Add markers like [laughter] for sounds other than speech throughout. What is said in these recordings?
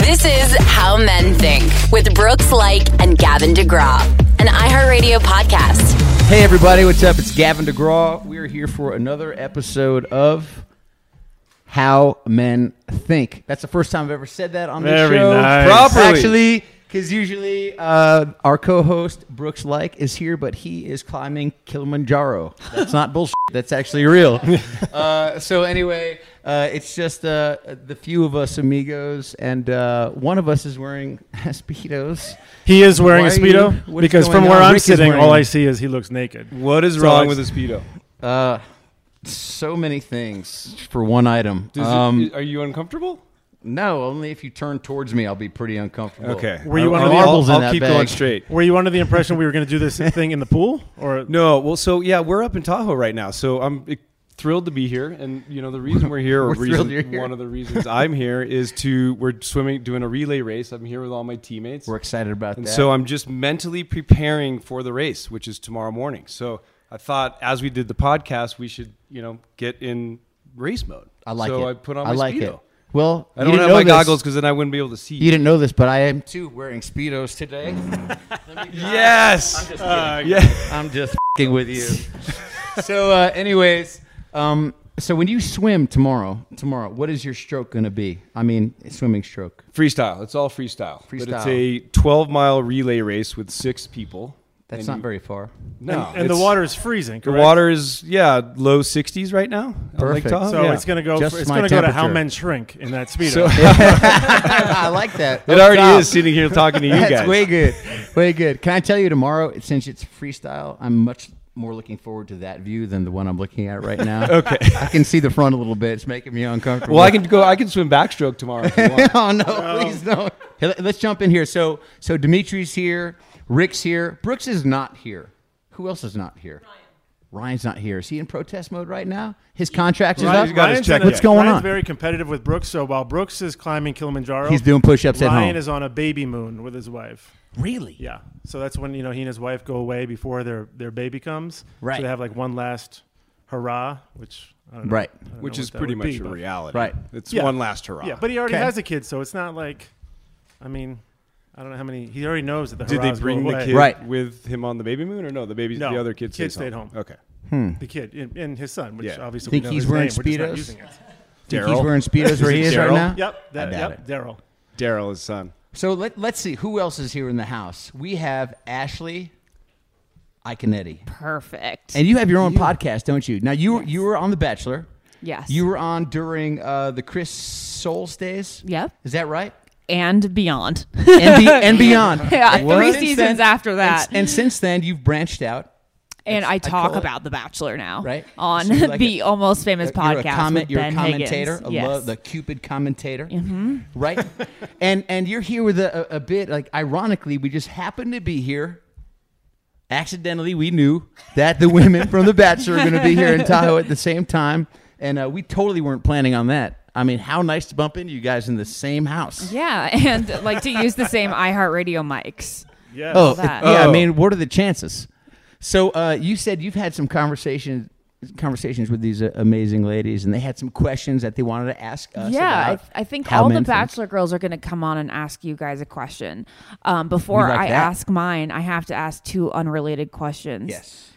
This is How Men Think with Brooks Like and Gavin DeGraw, an iHeartRadio podcast. Hey everybody, what's up? It's Gavin DeGraw. We are here for another episode of How Men Think. That's the first time I've ever said that on this Very show. nice. Properly. Actually, because usually uh, our co-host Brooks Like is here, but he is climbing Kilimanjaro. That's not bullshit. That's actually [laughs] real. uh, so anyway, uh, it's just uh, the few of us amigos, and uh, one of us is wearing [laughs] speedos. He is wearing Why a are you- speedo what is because going from where on? I'm Rick is sitting, wearing all one. I see is he looks naked. What is So wrong it's- with a speedo? Uh, so many things for one item. Does it- Um, are you uncomfortable? no, only if you turn towards me, I'll be pretty uncomfortable. Were you I'll- one of the I'll- marbles in I'll that keep bag? going straight. Were you under the impression we were going to do [laughs] this thing in the pool? Or No, well, so yeah, we're up in Tahoe right now, so I'm eh, thrilled to be here. And you know, the reason we're [laughs] here, or We're thrilled reason, you're here. one of the [laughs] reasons I'm here is to we're swimming, doing a relay race. I'm here with all my teammates, We're excited about and that. so I'm just mentally preparing for the race, which is tomorrow morning. So I thought, as we did the podcast, we should you know get in race mode. I like so it. I put on I my like speedo. it. Well, I don't you didn't have know my this. goggles because then I wouldn't be able to see. You didn't know this, but I am too wearing [laughs] speedos today. yes. Uh, yeah. I'm just fing with you. so, uh, anyways, um, so when you swim tomorrow, tomorrow, what is your stroke gonna be? I mean, swimming stroke. Freestyle. It's all freestyle. But it's Freestyle. a 12 mile relay race with six people. That's And not you- [laughs] very far. No. and the it's- water is freezing. The correct? water is yeah low 60s right now. on Lake Perfect. Tahoe. So Yeah. it's going to go. Just For, it's my going to go to how temperature. men shrink in that speedo. [laughs] So- I like that. [laughs] It already is sitting here talking to you That's guys. way good. Way good. Can I tell you tomorrow, since it's freestyle, I'm much more looking forward to that view than the one I'm looking at [laughs] right now. okay. I can see the front a little bit. It's making me uncomfortable. well, I can go. I can swim backstroke tomorrow. If you want. [laughs] oh, no, please don't. Hey, let- let's jump in here. So, so Dimitri's here. Rick's here. Brooks is not here. Who else is not here? Ryan's not here. Is he in protest mode right now? His contract is Ryan- up. Ryan's got his in check a- What's going Ryan's on? very competitive with Brooks. So while Brooks is climbing Kilimanjaro, He's doing push-ups at Ryan home. is on a baby moon with his wife. really? Yeah. So that's when you know he and his wife go away before their their baby comes. Right. So they have like one last hurrah, which I don't know. Right. I don't know which what is that pretty would much be, a but- reality. Right. It's Yeah. one last hurrah. Yeah, but he already Okay. has a kid, so it's not like, I mean, I don't know how many. He already knows that the did they hurrahs go bring the away. kid Right. with him on the baby moon or no? The baby, No. the other kid, Kid stays stayed home. Okay. The kid and, and his son, which Yeah. obviously Think we know he's his wearing name, we're just not Speedos? using it. Think Daryl. He's wearing speedos where [laughs] he Is is it right Daryl? now. Yep. That, doubt yep. Daryl. Daryl's son. So let, let's see who else is here in the house. We have Ashley Iconetti. Perfect. And you have your own podcast, don't you? Now you you were on The Bachelor. Yes. You were on during uh, the Chris Soules days. Yep. Is that right? [laughs] and [laughs] beyond. And, be, and beyond. Yeah, What? three Since seasons after that. And, and since then, you've branched out. and I call talk it- about The Bachelor now. Right. On So you're [laughs] like the a- Almost Famous you're podcast. a, comment, with you're ben a commentator. Higgins. I yes. Mm-hmm. love the Cupid commentator. [laughs] Right. and and you're here with a, a, a bit like ironically, we just happened to be here. Accidentally, we knew that the women from The Bachelor are going to be here in Tahoe at the same time, and uh, we totally weren't planning on that. I mean, how nice to bump into you guys in the same house. yeah. [laughs] And like to use the same iHeartRadio [laughs] mics. Yeah. Oh, it- that. yeah. I Oh. mean, what are the chances? So uh, you said you've had some conversations conversations with these uh, amazing ladies, and they had some questions that they wanted to ask us. yeah. I, about I think how all the men think. Bachelor girls are going to come on and ask you guys a question. Um, before like I that. ask mine, I have to ask two unrelated questions. Yes.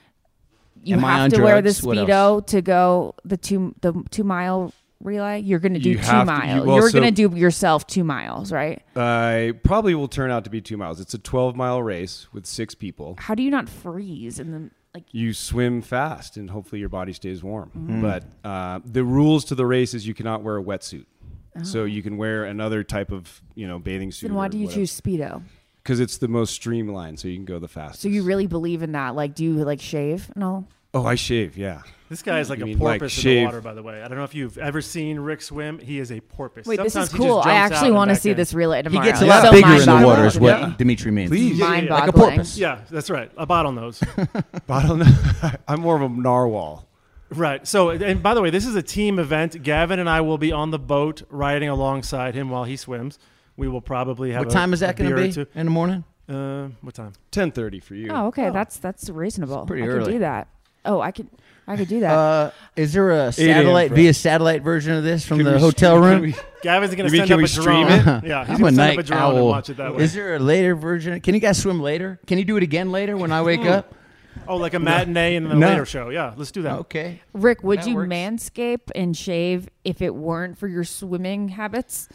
You Am I have on to wear the drugs? What speedo to go the two the two mile relay. You're going to do You two have to- you- miles. well, You're so- going to do yourself two miles, right? I probably will turn out to be two miles. It's a 12 mile race with six people. How do you not freeze in the like? You swim fast, and hopefully your body stays warm. Mm-hmm. But uh, the rules to the race is you cannot wear a wetsuit. So you can wear another type of you know bathing suit. Oh. Then why do you choose speedo? Because it's the most streamlined, so you can go the fastest. So you really believe in that? Like, do you like shave? No. oh, I shave. Yeah. [laughs] This guy is like You a mean, porpoise like, in the shave- water, by the way. I don't know if you've ever seen Rick swim. He is a porpoise. Wait, this Sometimes is he just cool. I jumps out actually and want to back see in. this relay tomorrow. He gets a It's lot so bigger in the mind-boggling. water, is what Yeah. Dimitri means. Please. Yeah, yeah, Mind-boggling. yeah. Like a [laughs] porpoise. Yeah, that's right. A bottlenose. Bottleneck. [laughs] I'm more of a narwhal. [laughs] Right. So, and by the way, this is a team event. Gavin and I will be on the boat riding alongside him while he swims. We will probably have. What time is that going to be in the morning? Uh, what time? 10:30 for you. Oh, okay. Oh, That's that's reasonable. pretty I early. can do that. Oh, I could, I could do that. Uh, is there a a.m. satellite for via us. satellite version of this from Can the we- hotel can room? [laughs] we- Gavin's gonna You mean, send can up we a stream drone. it? Yeah, he's I'm gonna a send up night a drone owl. and watch it that way. Is there a later version? Can you guys swim later? Can you do it again later when I wake up? oh, like a matinee and then a No. later show. Yeah, let's do that. Okay. Rick, would That you works. manscape and shave if it weren't for your swimming habits?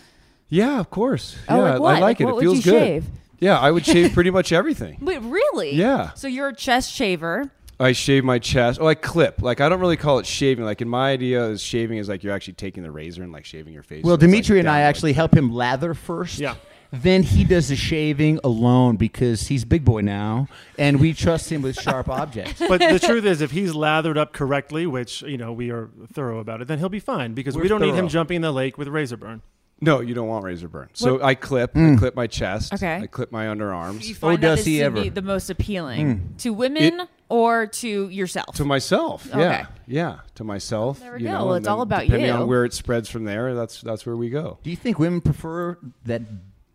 Yeah, of course. Oh, yeah, like what? I like it. Like, what it would feels you good. shave? Yeah, I would shave pretty much everything. Wait, really? Yeah. So you're a chest shaver. I shave my chest. Oh, I clip. Like I don't really call it shaving. Like in my idea, is shaving is like you're actually taking the razor and like shaving your face. Well, So it's, like, Dimitri and I downward. actually help him lather first. Yeah. Then he does the shaving alone because he's big boy now, and we trust him [laughs] with sharp objects. But [laughs] the truth is, if he's lathered up correctly, which you know we are thorough about it, then he'll be fine because We're we don't need him thorough. jumping the lake with razor burn. No, you don't want razor burn. So I clip. Hmm. I clip my chest. Okay. I clip my underarms. find that oh, does this he to be ever. Hmm. the the most appealing to women It- or to yourself? To myself, Okay. yeah, yeah, to myself. There we you go. know, Well, and it's all then about depending you. on where it spreads from there. That's that's where we go. Do you think women prefer that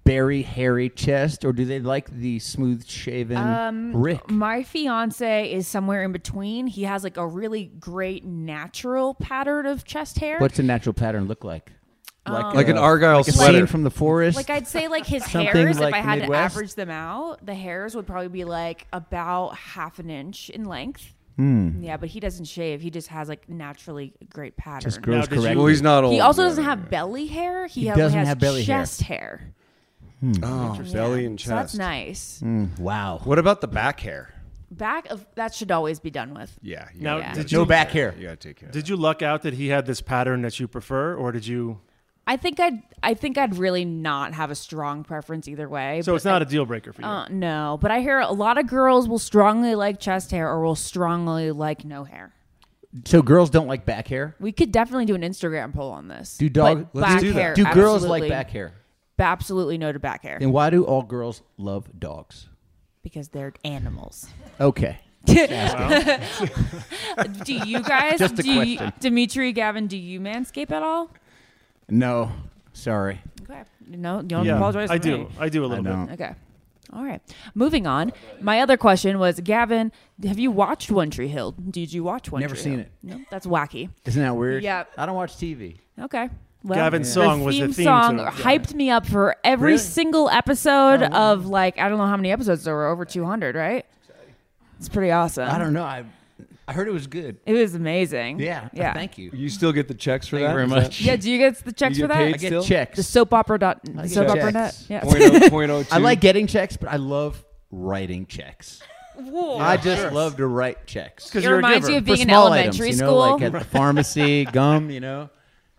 very hairy chest, or do they like the smooth shaven Um, Rick? My fiance is somewhere in between. He has like a really great natural pattern of chest hair. What's a natural pattern look like? Like, Like an uh, Argyle like a sweater. scene from the forest. Um, like I'd say like his [laughs] Something hairs, like if I had Midwest? to average them out, the hairs would probably be like about half an inch in length. Hmm. Yeah, but he doesn't shave. He just has like naturally a great pattern. Just grows Now, did you- correctly. Well, he's not old. He also yet. doesn't have belly hair. He, He only doesn't has have belly hair. chest hair. Oh, belly and chest. So that's nice. Hmm. wow. What about the back hair? Back of that should always be done with. Yeah. you Now, gotta- did you No back hair. You gotta take care. of did you luck out that he had this pattern that you prefer, or did you? I think I'd I think I'd really not have a strong preference either way. So it's not a deal breaker for you. uh, no, but I hear a lot of girls will strongly like chest hair or will strongly like no hair. So girls don't like back hair. We could definitely do an Instagram poll on this. Do dog? But let's back do that. hair, Do girls absolutely. like back hair? Absolutely no to back hair Then why do all girls love dogs? because they're [laughs] animals. Okay. [laughs] do you guys? Just a do you, question. Dimitri, Gavin, do you manscape at all? No, sorry. Okay. No, you don't yeah, apologize. I for do. me. I do a little bit. don't. Okay. All right. Moving on. My other question was, Gavin, have you watched One Tree Hill? Did you watch One Never Tree seen Hill? it. No, that's wacky. Isn't that weird? Yeah. I don't watch TV. Okay. Well, Gavin's song was the theme to song it, yeah. hyped me up for every Really? single episode of like I don't know how many episodes there were over 200, right? It's pretty awesome. I don't know. I I heard it was good. It was amazing. Yeah. Yeah. Thank you. it. You still get the checks for Thank you that? very Is much. Yeah. Do you get the checks You for get that? paid I get still? checks. The soap opera dot get soap opera checks. net. Yeah. that Point oh- point oh I [laughs] two? like getting checks, but I love writing checks. [laughs] I just love to write checks. Because It you're a reminds giver. you of being For in small elementary items, you school. know, like at the [laughs] pharmacy, gum, you know,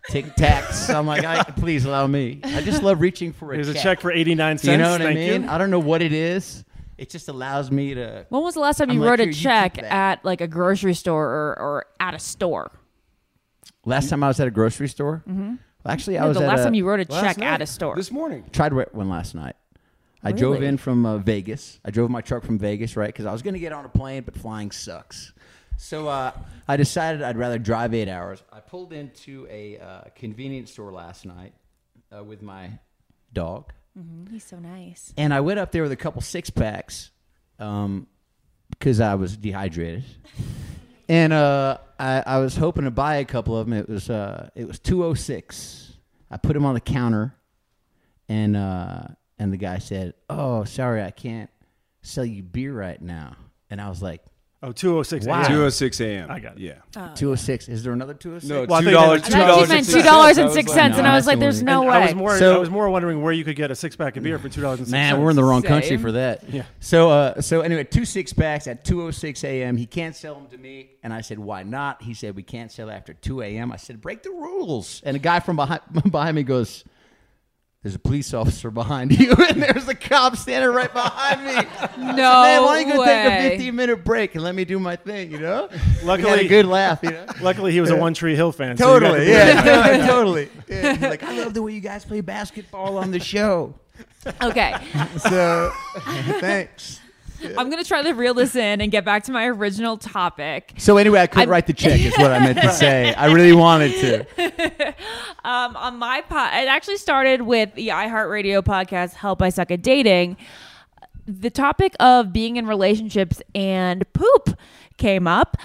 tic tacs. I'm like, I, please allow me. I just love reaching for a Here's a check. check for 89 cents. Do you know what Thank I mean? you. I don't know what it is. It just allows me to. When was the last time you I'm like, wrote "Here, a you check keep that." at like a grocery store or, or at a store? Last time I was at a grocery store. Mm-hmm. Well, actually, I No, was the at last a- time you wrote a Last check at night. a store. This morning. tried wet one last night. I drove Really? in from uh, Vegas. I drove my truck from Vegas, right? Because I was going to get on a plane, but flying sucks. So uh, I decided I'd rather drive eight hours. I pulled into a uh, convenience store last night uh, with my dog, He's so nice. and I went up there with a couple six packs um, because I was dehydrated, and uh, I, I was hoping to buy a couple of them. It was uh, it was two oh six. I put them on the counter, and uh, and the guy said, "Oh, sorry, I can't sell you beer right now." And I was like, Oh, 206. Wow. Yeah. 206 a.m. I got it. Yeah. Oh. "206. Is there another 206? No, Well, I two thought you meant- dollars. I Two thought I you dollars. meant and two six dollars I and was six like, cents, and I was that's like, the "There's one. no I was way." more. So- I was more wondering where you could get a six pack of beer for two dollars and six Man, we're in the wrong country Same. for that. So, uh, so anyway, two oh six packs at 2:06 a.m. He can't sell them to me, and I said, "Why not?" He said, "We can't sell after 2 a.m." I said, "Break the rules." And a guy from behind, [laughs] behind me goes, "There's a police officer behind you, [laughs] and there's a cop standing right [laughs] behind me." No Man, why don't you go take a way. 15 minute break and let me do my thing? You [laughs] know, we had Luckily- a good laugh. You know. Luckily, he was a One Tree Hill fan. so you got [laughs] Totally, the- [laughs] yeah, totally. Yeah, he's Like I love the way you guys play basketball on the show. Okay, [laughs] So, thanks. I'm gonna try to reel this in and get back to my original topic. So anyway, I couldn't I'm- write the check is what I meant [laughs] to say. I really wanted to. Um, on my pod, it actually started with the iHeartRadio podcast "Help I Suck at Dating." The topic of being in relationships and poop came up.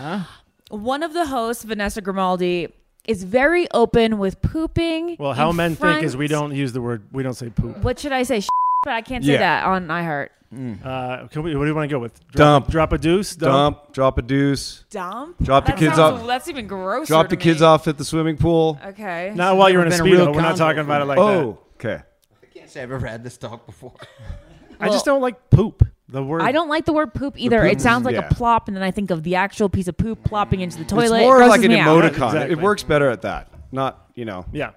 one of the hosts, Vanessa Grimaldi, is very open with pooping. Well, how in men think is front- we don't use the word, we don't say poop. What should I say? But I can't say Yeah. that on iHeart. Uh, can we, what do you want to go with? Drop, Dump. Drop a deuce? Dump, drop a deuce, Dump. Drop the That kids sounds- off- That's even gross. drop the kids off at the swimming pool. Okay. Not while you're in a Never been a real speedo. We're not convo talking for about it me. like that. Oh, okay. I can't say I've ever had this talk before. I just don't like poop. The word. I don't like the word poop either. poop it sounds like yeah. a plop, and then I think of the actual piece of poop plopping into the toilet. It's It more grosses like an me out. emoticon. Exactly. It works better at that. Not, you know. Yeah.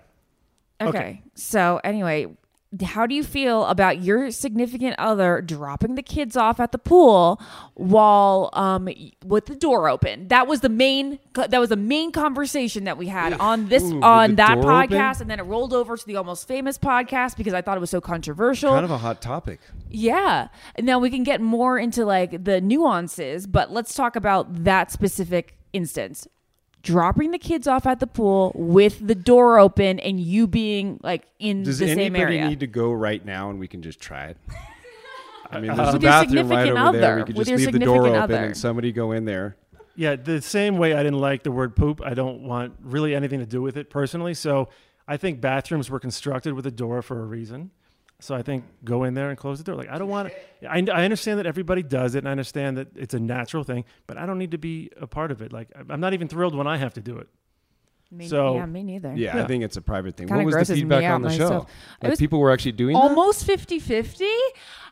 Okay. So anyway, how do you feel about your significant other dropping the kids off at the pool while um y- with the door open? That was the main that was the main conversation that we had on this Ooh, with on the that door open? podcast and then it rolled over to the almost famous podcast because I thought it was so controversial. Kind of a hot topic. Yeah. Now we can get more into like the nuances, but let's talk about that specific instance. Dropping the kids off at the pool with the door open and you being like in Does the same anybody area. need to go right now and we can just try it? I mean, there's Uh, With a your bathroom right significant over there. other. We could With just your leave the door significant open other. and somebody go in there. Yeah. The same way I didn't like the word poop, I don't want really anything to do with it personally. So I think bathrooms were constructed with a door for a reason. So I think go in there and close the door. Like I don't want to. I, I understand that everybody does it, and I understand that it's a natural thing, but I don't need to be a part of it. Like I'm- I'm not even thrilled when I have to do it. Me- So- yeah, me neither. Yeah, I think it's a private thing. Kinda what was grosses the me feedback out on the show? myself. It Like was people were actually doing that? Almost 50 50.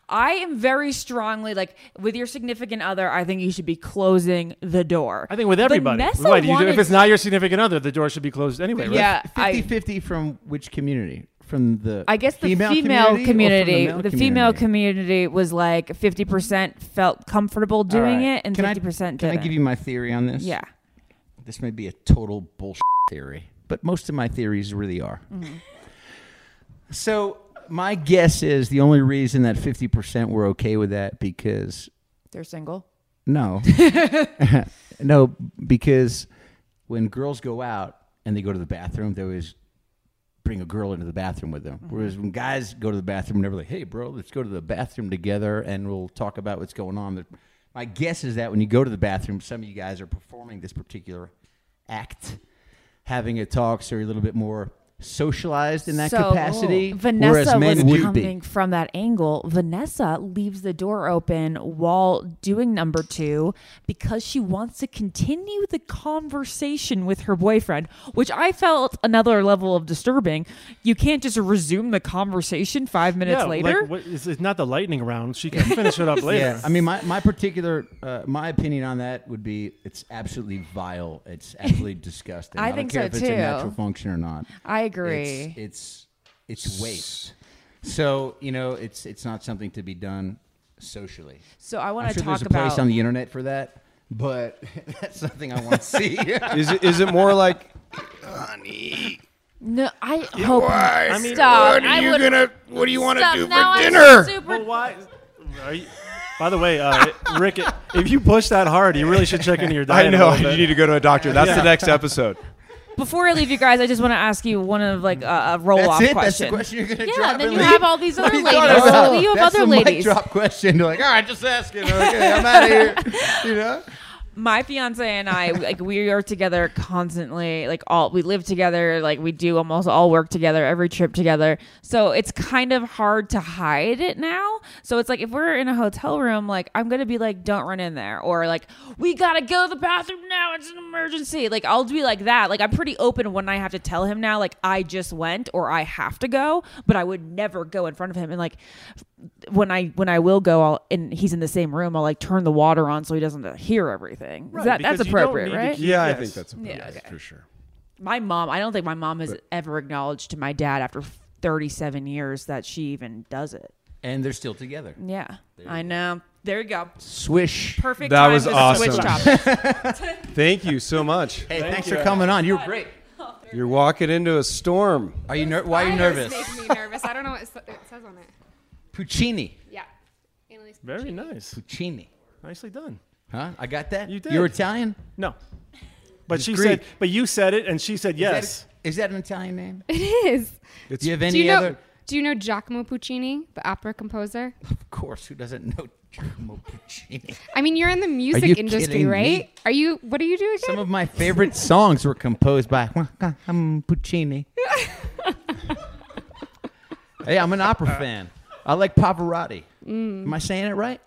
I am very strongly like with your significant other, I think you should be closing the door. I think with The everybody. mess I What, you- wanted- if it's not your significant other, the door should be closed anyway. [laughs] Right? yeah, I- 50 50 from which community? From the I guess the female, or from community, the, male female community? community was like 50% felt comfortable doing All right. it and Can I- 50% didn't. Can I give you my theory on this? Yeah. This may be a total bullshit theory, but most of my theories really are. Mm-hmm. So my guess is the only reason that 50% were okay with that because They're single. [laughs] no. [laughs] no, because when girls go out and they go to the bathroom, they always bring a girl into the bathroom with them. Mm-hmm. Whereas when guys go to the bathroom, they're like, hey, bro, let's go to the bathroom together and we'll talk about what's going on. But my guess is that when you go to the bathroom, some of you guys are performing this particular act, having a talk, so you're a little bit more socialized in that So, oh. capacity. whereas Vanessa men was would coming be. from that angle. Vanessa leaves the door open while doing number two because she wants to continue the conversation with her boyfriend, which I felt another level of disturbing. You can't just resume the conversation five minutes like, later. what- it's, it's not the lightning round. She can [laughs] finish it up later. Yeah, I mean, my, my particular uh, my opinion on that would be it's absolutely vile. It's [laughs] absolutely disgusting. I don't think care so, if it's too. a natural function or not. I agree. It's it's, it's waste. So you know, it's it's not something to be done socially. so I want I'm to sure talk there's a about place on the internet for that, but [laughs] that's something I want [laughs] to see. is, it, is it more like, No, I hope I mean, stop. I would- gonna, what do you want stop. Now I'm super- Well, [laughs] why? Are you, by the way, uh, Rick, if you push that hard, you really should check into your diet. [laughs] I a know. little bit. You need to go to a doctor. That's the next episode. Before I leave you guys, I just want to ask you one of like a, a roll That's off it. question. That's the question you're gonna Yeah, drop. and then and you leave? have all [laughs] these What other are you talking ladies. about? You have That's other the mic ladies. drop question. You're like, all right, just asking. Okay, [laughs] I'm out of here. You know. My fiance and I, like, we are together constantly. Like, all we live together. Like, we do almost all work together, every trip together. So it's kind of hard to hide it now. So it's like if we're in a hotel room, like I'm gonna be like, "Don't run in there," or like, "We gotta go to the bathroom now. It's an emergency." Like I'll be like that. Like I'm pretty open when I have to tell him now. Like I just went or I have to go, but I would never go in front of him and like when I when I will go, I'll and he's in the same room. I'll like turn the water on so he doesn't hear everything. Is that, that's because you don't appropriate, need to right? keep- [laughs] Yeah, Yes. I think that's a Yeah, okay. for sure. My mom. I don't think my mom has ever acknowledged to my dad after 37 years that she even does it. And they're still together. Yeah, I know. There you go. Swish. Perfect. That time was to Switch awesome. topic. Thank you so much. Hey, thanks for coming on. You're great. You're walking into a storm. Are you ner- why are you Spiders nervous? Make me nervous. I don't know what it sa- it says on it. Puccini. Yeah. Annalise Very Puccini. nice. Puccini. Nicely done. Huh? I got that. You did. You're Italian. No. But she Greek. said, but you said it, and she said Is that- yes. [laughs] Is that an Italian name? It is. Do you have any Do you know? other? Do you know Giacomo Puccini, the opera composer? Of course, who doesn't know Giacomo Puccini? I mean, you're in the music industry, kidding me? right? Are you? What are you doing? Some of [laughs] my favorite songs were composed by Giacomo Puccini. hey, I'm an opera fan. I like Pavarotti. Mm. Am I saying it right?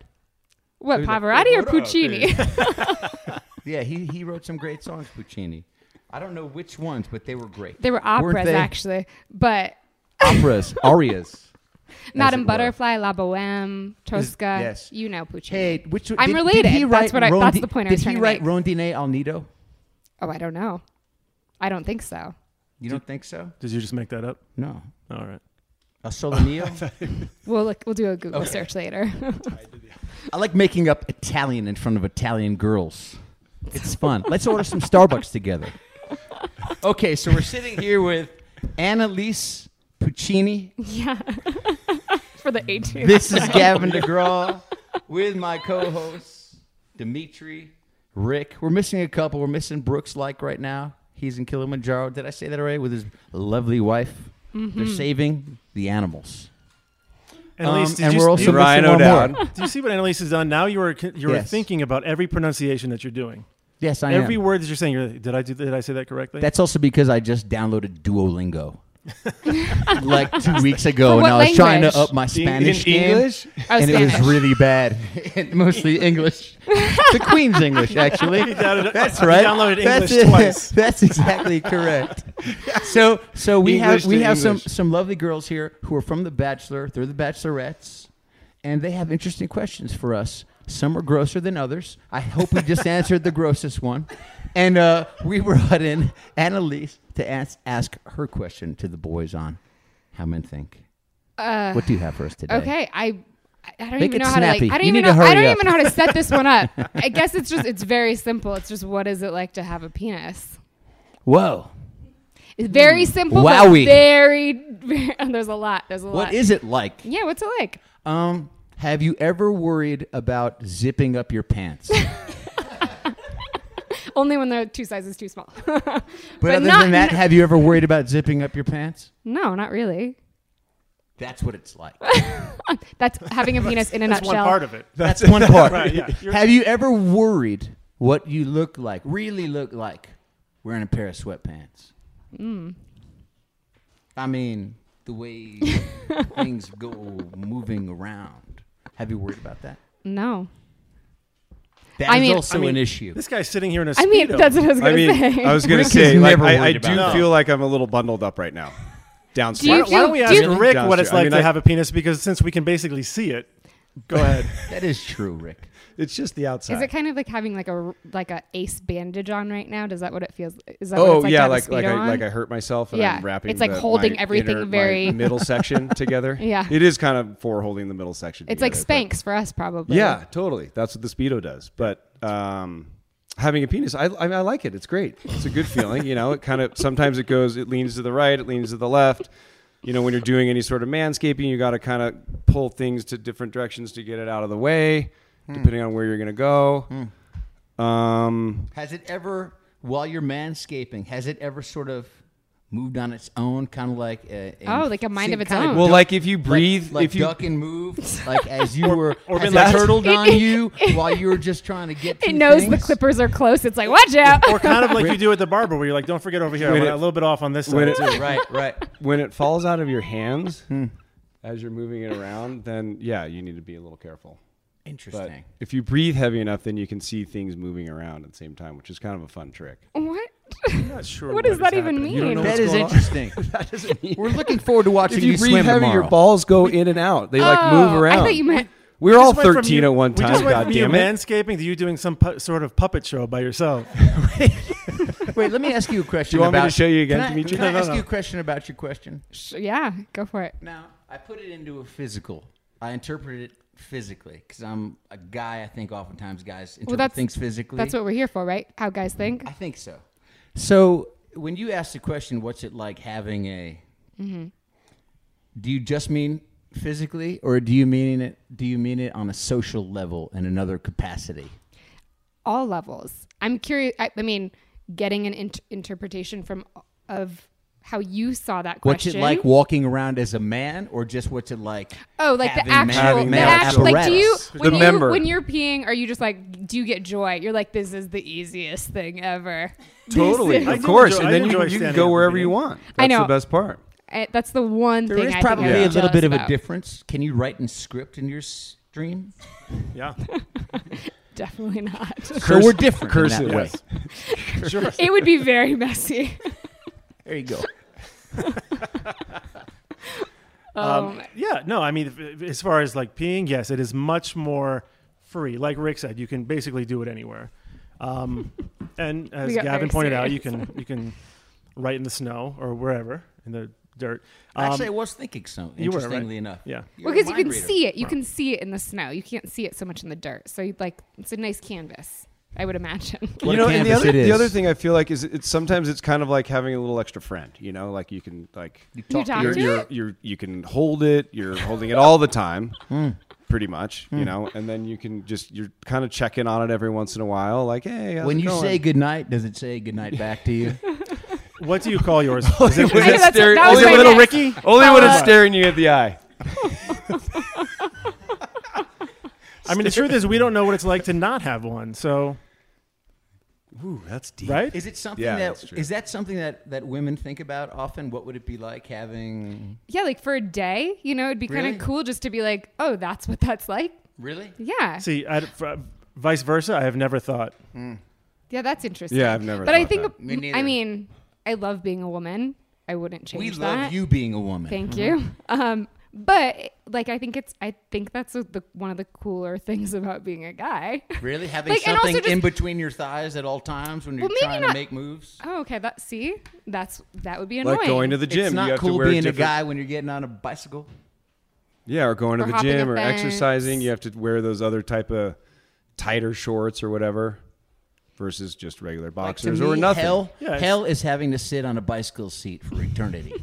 what Pavarotti or What up, Puccini? Yeah, he, he wrote some great songs, Puccini. I don't know which ones, but they were [laughs] great. they were Weren't operas they? actually, but Operas, [laughs] arias. Madame it were. Butterfly, La Bohème, Tosca. yes. You know Puccini. Hey, which I'm did, related. Did he That's write what I- Ron- that's the point I was did trying he to write make. Rondine al Nido? Oh, I don't know. I don't think so. You don't think so? Did you just make that up? No. All right. A solo [laughs] mio? We'll look. We'll do a Google search [laughs] later. [laughs] I like making up Italian in front of Italian girls. It's fun. Let's order some Starbucks together. [laughs] Okay, so we're sitting here with Annalise Puccini. yeah. [laughs] For the 18th. This is Gavin DeGraw with my co-hosts Dimitri, Rick. We're missing a couple. We're missing Brooks like right now. He's in Kilimanjaro. Did I say that already? With his lovely wife. Mm-hmm. They're saving the animals. Um, did and you- we're you also missed Ryan one more. O'Dowd. Do you see what Annalise has done? Now you are you are Yes. thinking about every pronunciation that you're doing. Yes, I every am. word that you're saying. You're like, did I do? Did I say that correctly? That's also because I just downloaded [laughs] Duolingo like two weeks ago, For and what I was trying to language? up my In- Spanish in game, English? Oh, and it was Spanish. really bad, [laughs] And mostly [laughs] English, the Queen's [laughs] English actually. downloaded- [laughs] That's he right. downloaded That's English it. twice. [laughs] That's exactly correct. So, so we English have we to have some English. some lovely girls here who are from The Bachelor. They're the Bachelorettes, and they have interesting questions for us. Some are grosser than others. I hope we just answered the grossest one. And uh, we brought in Annalise to ask, ask her question to the boys on How Men Think. Uh, What do you have for us today? Okay, I I don't Make even it know how to like snappy. I don't You even need to know I hurry don't up. even know [laughs] how to set this one up. I guess it's just it's very simple. It's just what is it like to have a penis? Whoa. It's very simple. Hmm. Wowie. But very, very [laughs] there's a lot. There's a lot. What is it like? Yeah, what's it like? Um, have you ever worried about zipping up [laughs] your pants? Only when they're two sizes too small. [laughs] but But, other not, than [laughs] that, have you ever worried about zipping up your pants? no, not really. That's what it's like. [laughs] That's having [laughs] a penis in a That's nutshell. one part of it. That's one part. Right, yeah. You're- Have you ever worried what you look like, really look like, wearing a pair of sweatpants? Hmm. I mean, [laughs] the way things go moving around. Have you worried about that? No. That is I mean- also I mean, an issue. This guy's sitting here in a. I mean, Speedo. that's what I was I gonna mean, say. I was gonna Rick is say, like, never I, I worried do about feel like I'm a little bundled up right now, downstairs. you Why don't, why don't [laughs] we do ask you- Rick what it's Downstairs. I like mean, to I- have a penis? Because since we can basically see it, go [laughs] ahead. that is true, Rick. It's just the outside. [laughs] is it kind of like having like a like a ace bandage on right now? Does that what it feels? Is that what Oh it's like yeah, to have like a like Speedo I, on? like I hurt myself and Yeah, I'm wrapping. it's like the- holding my everything inner- my very- [laughs] middle section together. Yeah. it is kind of for holding the middle section. It's like together, but- Spanx for us, probably. Yeah, totally. That's what the speedo does. But um, having a penis, I, I I like it. It's great. It's a good feeling. You know, it kind of sometimes it goes, it leans to the right, it leans to the left. You know, when you're doing any sort of manscaping, you got to kind of pull things to different directions to get it out of the way, Hmm. depending on where you're gonna go. Um, Has it ever, while you're manscaping, has it ever sort of moved on its own, kind of like a, a- Oh, like a mind of its kinda own. well, duck- like if you breathe, like, like if you duck [laughs] and move, like as you [laughs] were, or has been like- a turtle on you while you were just trying to get. It through knows the [laughs] things? clippers are close. It's like, watch [laughs] out. or kind of like you do at the barber, where you're like, "Don't forget over here. I When went it- a little bit off on this when side." it- too." [laughs] Right, right. Hmm. when it falls out of your hands as you're moving it around, then yeah, you need to be a little careful. But [laughs] Interesting. if you breathe heavy enough, then you can see things moving around at the same time, which is kind of a fun trick. what? I'm not sure What does is that even happening. You don't mean? know that what's is going on. [laughs] interesting. We're looking forward to watching If you, breathe swim heavy, tomorrow. your balls go in and out. They like move Oh, around. I thought you meant. we were all just went from 13 you- at one We just time. went God from you damn it! manscaping to you doing some pu- sort of puppet show by yourself. Wait, let me ask [laughs] you a question. want me to about, show you again, Can I, Dimitri? can I No, no, ask no. you a question about your question? Sh- Yeah, go for it. Now, I put it into a physical. I interpret it physically because I'm a guy. I think oftentimes guys interpret that's- things physically. That's what we're here for, right? How guys think. I think so. So when you ask the question, what's it like having a? Mm-hmm. Do you just mean physically, or do you mean it? Do you mean it on a social level in another capacity? All levels. I'm curious. I, I mean, getting an int- interpretation from of how you saw that What's question. it like walking around as a man, or just what's it like? Oh, like the having actual, man- the male actual, like do you apparatus? when The you member. when you're peeing, are you just like do you get joy? You're like this is the easiest thing ever. [laughs] Totally, I of do course. enjoy- and I then do you, enjoy you can standing go up wherever and you eating. want. That's I know. the best part. I, Eh, that's the one There thing. is I probably think I'm a little jealous bit of a about. difference. Can you write in script in your stream? [laughs] Yeah. Definitely not. so we're different in that cursive. way. Yes. it would be very messy. [laughs] There [laughs] you go. Um, Yeah, no, I mean, if- if- as far as like peeing, yes, it is much more free. Like Rick said, you can basically do it anywhere. [laughs] Um, and as We got Gavin very pointed out, you can you can right in the snow or wherever in the dirt. Um, Actually, I was thinking so. you were, right? Interestingly enough, Yeah. well, because you can see it, you can see it in the snow. You can't see it so much in the dirt. So you'd like it's a nice canvas, I would [laughs] imagine. What you know, a and the canvas other, it is. the other thing I feel like is it's sometimes it's kind of like having a little extra friend. You know, like you can like You talk you're, to you're, it? you're, you can hold it. You're holding it all the [laughs] time, Hmm. pretty much. You know, and then you can just you're kind of checking on it every once in a while, like hey, how's When it you going? say goodnight, does it say goodnight back to [laughs] you? What do you call yours? Is I it, know that's- staring- that was [laughs] my only a little next. Ricky? only when it's Fella. staring you in the eye. I mean, the truth is, we don't know what it's like to not have one. So, Ooh, that's deep. right? Is it something Yeah, that's that true. is that something that that women think about often? What would it be like having Yeah, like for a day, you know, it'd be kind Really? of cool just to be like, oh, that's what that's like. really? Yeah. See, I, f- vice versa, I have never thought. Yeah, that's interesting. Yeah, I've never But I thought think that. Me neither. I mean, I love being a woman. I wouldn't change We that. love you being a woman. Thank you. Um, but like, I think it's I think that's the, one of the cooler [laughs] things about being a guy. Really, having Like, and also something in just- between your thighs at all times when you're Well, maybe trying to not- make moves. Oh, okay. That see, that's that would be annoying. Like going to the gym, it's you not have to cool wear being a different- guy when you're getting on a bicycle. Yeah, or going to Or the hopping gym a or fence. exercising, you have to wear those other type of tighter shorts or whatever versus just regular Like, to boxers me, or nothing. Hell, Yeah, it's- hell is having to sit on a bicycle seat for [laughs] eternity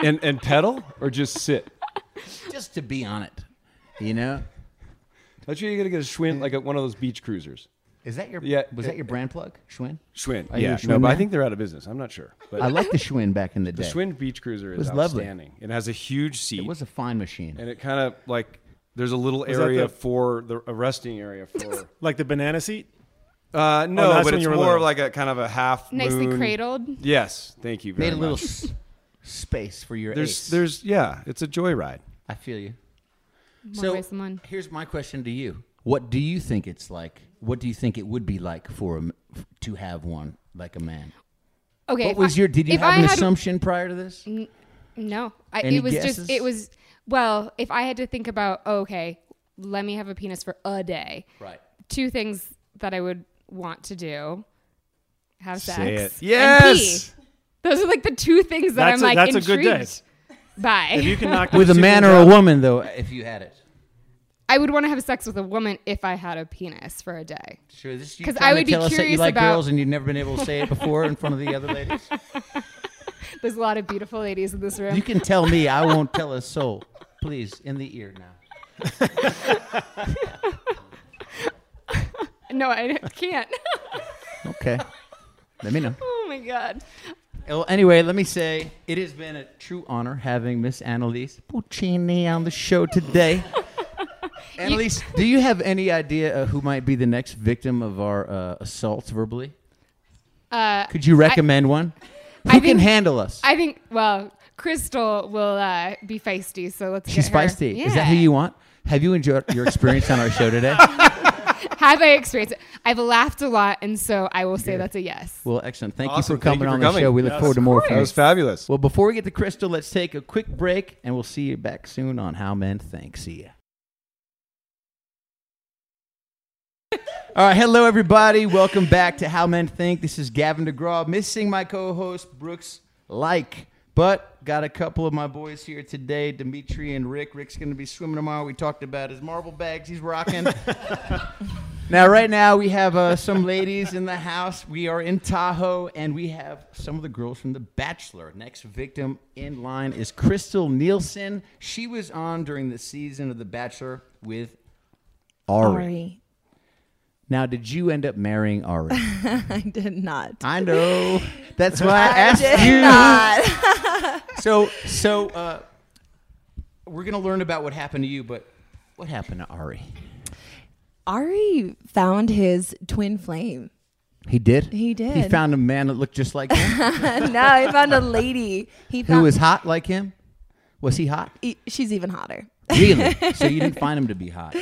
And and pedal or just sit. just to be on it. You know, That's where you're gonna get a Schwinn like a, one of those beach cruisers. is that your Yeah, was that your brand plug, Schwinn? Schwinn, Are you a yeah, Schwinn no, but I man? think they're out of business. I'm not sure, but I like the Schwinn back in the day. the Schwinn beach cruiser is was lovely. outstanding. It has a huge seat, it was a fine machine. and it kind of like there's a little that area the- for the a resting area for. Like the banana seat? Uh, no, that's but when it's you were more of little. like a kind of a half Nicely moon- cradled. Yes, thank you. Very Made a little much. s- space for your There's, ace. there's, yeah, it's a joyride. I feel you. More ways than one. here's my question to you: What do you think it's like? What do you think it would be like for a m f to have one like a man? Okay. What if was I- your? Did you if have I an had- Mm. assumption prior to this? No, I, Any it was guesses? just it was. Well, if I had to think about, oh, okay, let me have a penis for a day. Right. Two things that I would want to do: have sex. Say it. and Yes. pee. Those are like the two things that That's I'm a- like that's a good intrigued day. by. If you can [laughs] knock With a those two man things or a out- woman, though, if you had it. I would want to have sex with a woman if I had a penis for a day. Sure. This 'Cause I would be tell us that you curious like about- girls and you've never been able to say it before in front of the other ladies. There's a lot of beautiful ladies in this room. [laughs] You can tell me. I won't tell a soul. Please, in the ear now. no, I [laughs] can't. Okay. Let me know. oh my god. Well, anyway, let me say it has been a true honor having Miss Annalise Puccini on the [laughs] show today. Annalise, do you have any idea uh, who might be the next victim of our uh, assaults verbally? Uh, Could you recommend one? Who I can think- handle us? I think well, Crystal will uh, be feisty, so let's She's get her. feisty. Is that who you want? Have you enjoyed your experience on our [laughs] show today? Have I experienced it? I've laughed a lot, and so I will say that's a yes. Well, excellent. Thank Awesome. you for Thank coming you for on the coming. show. We look Yes, forward to of more That from you. was fabulous. Well, before we get to Crystal, let's take a quick break and we'll see you back soon on How Men Think. See ya. All right, hello everybody. Welcome back to How Men Think. This is Gavin DeGraw, missing my co-host Brooks Like, but got a couple of my boys here today, Dimitri and Rick. Rick's going to be swimming tomorrow. We talked about his marble bags he's rocking. Now, right now, we have uh, some ladies in the house. We are in Tahoe, and we have some of the girls from The Bachelor. Next victim in line is Crystal Nielsen. She was on during the season of The Bachelor with Ari. Now, did you end up marrying Ari? [laughs] I did not. I know. That's why I asked did you. not. So, so uh, we're gonna learn about what happened to you, but what happened to Ari? Ari found his twin flame. [laughs] He did. He did. He found a man that looked just like [laughs] him, no, he found a lady. He found who was hot like him. Was he hot? e- she's even hotter. Really? so you didn't find him to be hot.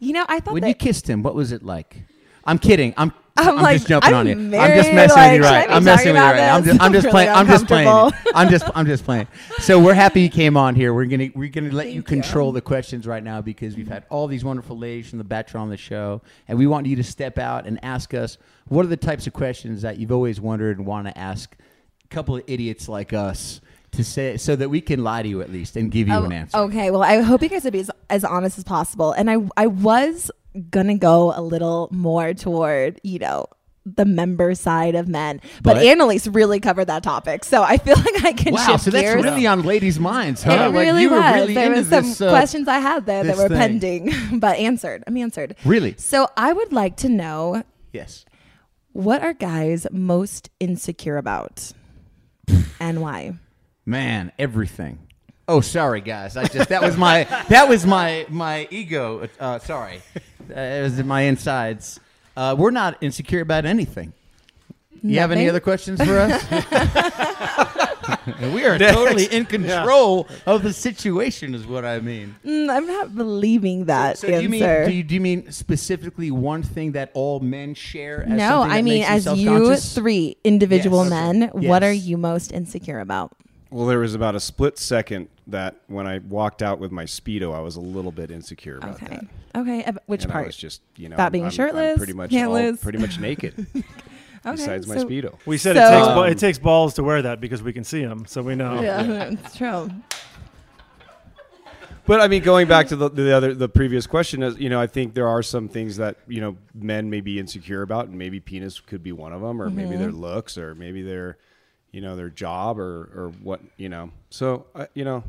You know, I thought When that you kissed him, what was it like? I'm kidding. I'm. I'm I'm, like, just jumping I'm on you. I'm just married, messing with like, you, should right? I be I'm talking messing with you, about right? I'm this? just, I'm just I'm playing. really I'm just playing. uncomfortable. I'm just, I'm just playing. So we're happy you came on here. We're gonna, we're gonna let you Thank control the questions right now because we've had all these wonderful ladies from the Bachelor on the show, and we want you to step out and ask us what are the types of questions that you've always wondered and want to ask a couple of idiots like us to say, so that we can lie to you at least and give you Oh, an answer. Okay, well, I hope you guys would be as, as honest as possible. And I, I was gonna go a little more toward, you know, the member side of men, but, But- Annalise really covered that topic, so I feel [laughs] like I can Wow, shift so that's gears. really on ladies' minds, huh? It really you were was. really there into were some this, uh, questions I had there that this were thing. pending, [laughs] but answered. I'm answered. Really? So I would like to know Yes. what are guys most insecure about, and why? Man, everything. Oh, sorry, guys. I just that was my [laughs] that was my my ego. Uh, sorry, uh, it was in my insides. Uh, we're not insecure about anything. You have any Nothing? other questions [laughs] for us? [laughs] we are totally in control of the situation, is what I mean. Mm, I'm not believing that so answer. do you mean do you, do you mean specifically one thing that all men share? As no, something that I mean, makes as you self-conscious? three individual Yes. men, what are Yes. you most insecure about? Well, there was about a split second that when I walked out with my speedo, I was a little bit insecure about Okay. that. Okay. ab- Which and I part? was just you know About being I'm- I'm shirtless, pretty much all, pantless? pretty much naked. okay, besides my so- speedo. We said So- it takes ba- it takes balls to wear that because we can see them, so we know. [laughs] Yeah, [laughs] it's true. But I mean, going back to the, the other the previous question is, you know, I think there are some things that you know men may be insecure about, and maybe penis could be one of them, or maybe their Mm-hmm. looks, or maybe their, you know, their job, or or what you know. So uh, you know,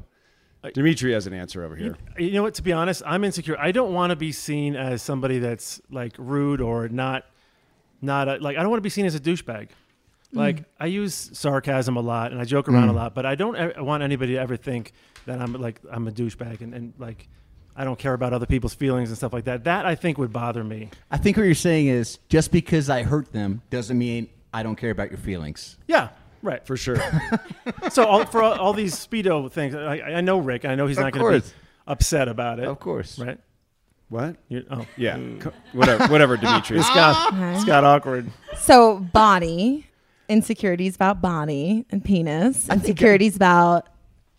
Dimitri has an answer over here. You know what? To be honest, I'm insecure. I don't want to be seen as somebody that's like rude or not, not a, like I don't want to be seen as a douchebag. Like I use sarcasm a lot and I joke around a Mm. lot, but I don't e- want anybody to ever think that I'm like I'm a douchebag and, and like I don't care about other people's feelings and stuff like that. That I think would bother me. I think what you're saying is just because I hurt them doesn't mean I don't care about your feelings. Yeah. Right. For sure. [laughs] so all, for all, all these speedo things, I, I know Rick. I know he's Of not going to be course. upset about it. Of course. Right. what? You're, oh. Yeah. Mm. Co- whatever. Whatever, Dimitri. It's got, it's got awkward. So body insecurities about body and penis. Insecurities about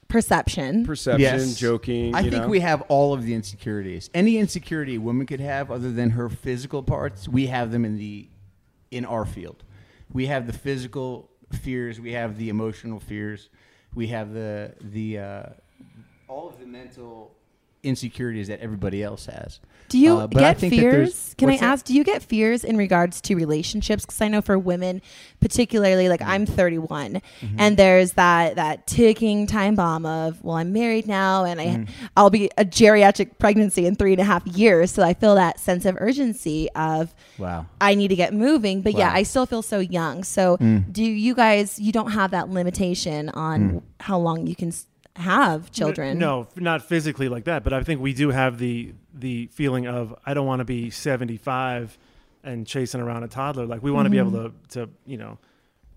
perception. [laughs] Perception, joking. I you think know? we have all of the insecurities. Any insecurity a woman could have, other than her physical parts, we have them in the in our field. We have the physical fears. We have the emotional fears. We have the the uh, all of the mental insecurities that everybody else has. do you Uh, but I get think that there's- fears? Can I what's that? ask? Do you get fears in regards to relationships? Because I know for women, particularly, like I'm Mm-hmm. 31, and there's that that ticking time bomb of, well, I'm married now, and I Mm-hmm. I'll be a geriatric pregnancy in three and a half years. So I feel that sense of urgency of, Wow. I need to get moving. But yeah, Wow. Mm. I still feel so young. So do you guys? You don't have that limitation on how long you can s- have children. No, f- not physically like that, but I think we do have the the feeling of I don't want to be 75 and chasing around a toddler. Like we want to be able to to, you know,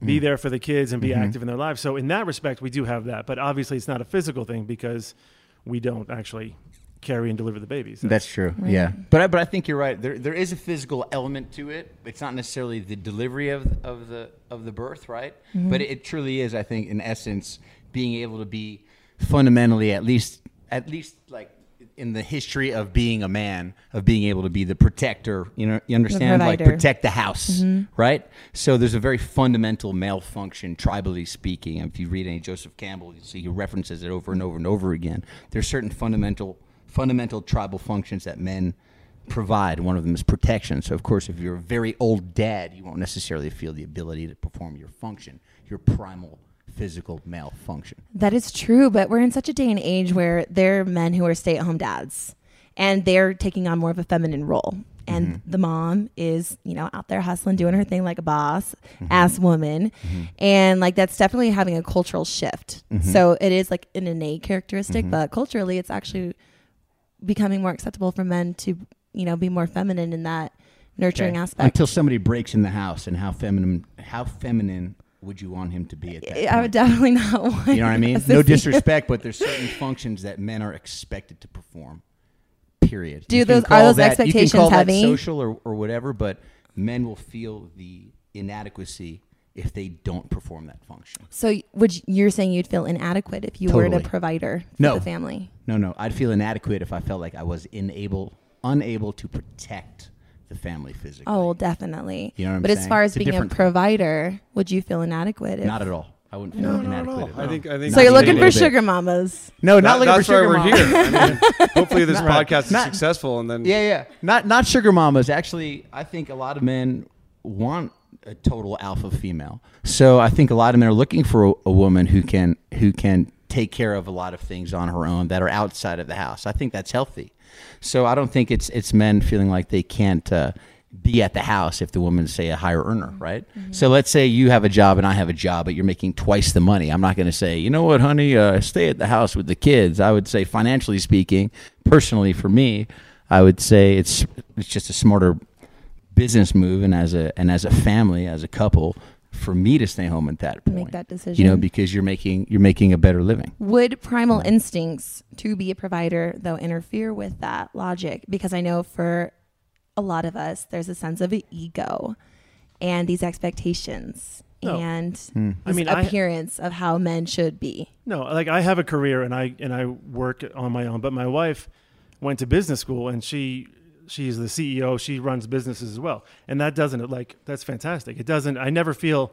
be Mm-hmm. there for the kids and be active in their lives. So in that respect, we do have that, but obviously it's not a physical thing because we don't actually carry and deliver the babies. That's true. Yeah, but I, but I think you're right. There there is a physical element to it. It's not necessarily the delivery of of the of the birth, right? But it, it truly is. I think in essence, being able to be fundamentally at least at least like in the history of being a man of being able to be the protector you know you understand like provider. Mm-hmm. protect the house right so there's a very fundamental male function tribally speaking if you read any joseph campbell you see he references it over and over and over again there's certain fundamental fundamental tribal functions that men provide. One of them is protection. So, of course, if you're a very old dad, you won't necessarily feel the ability to perform your function, your primal physical male function. That is true, but we're in such a day and age where there are men who are stay at home dads and they're taking on more of a feminine role. and Mm-hmm. the mom is you know out there hustling doing her thing like a boss Mm-hmm. ass woman and like that's definitely having a cultural shift Mm-hmm. so it is like an innate characteristic but culturally it's actually becoming more acceptable for men to you know be more feminine in that nurturing aspect Until somebody breaks in the house, and how feminine? How feminine would you want him to be at that? i would point? definitely [laughs] not want you know what [laughs] I mean? No associate- disrespect, but there's certain functions that men are expected to perform. Period. Do You can those- are call those that- You expectations can call heavy? that social or, or whatever, but men will feel the inadequacy if they don't perform that function. so would you, you're saying you'd feel inadequate if you weren't Totally. a provider for No. the family No, no, I'd feel inadequate if I felt like I was inable, unable to protect the family physically. oh well, definitely You know what I'm but as saying? far as It's a being a different thing. provider would you feel inadequate if, not at all. I wouldn't feel inadequate at all. I think. I think. so you're Not looking even a for little bit. sugar mamas no, not That- looking that's for why sugar we're mom. here. I mean, hopefully, this podcast is [laughs] Not- successful, and then Yeah, yeah. Not not sugar mamas. Actually, I think a lot of men want a total alpha female. So I think a lot of men are looking for a, a woman who can who can take care of a lot of things on her own that are outside of the house. I think that's healthy. So I don't think it's it's men feeling like they can't uh, be at the house if the woman's say a higher earner, Mm-hmm. right? So let's say you have a job and I have a job, but you're making twice the money. I'm not going to say, you know what, honey, uh, stay at the house with the kids. I would say, financially speaking, personally for me, I would say it's it's just a smarter business move, and as a and as a family, as a couple, for me to stay home at that point, Make that You know, decision. because you're making you're making a better living. would primal instincts to be a provider though interfere with that logic because i know for a lot of us there's a sense of ego and these expectations No. and Hmm. I this mean, I- appearance of how men should be [laughs] No, like I have a career and I and I work on my own, but my wife went to business school and she she's the CEO. She runs businesses as well, and that doesn't like that's fantastic. It doesn't. I never feel,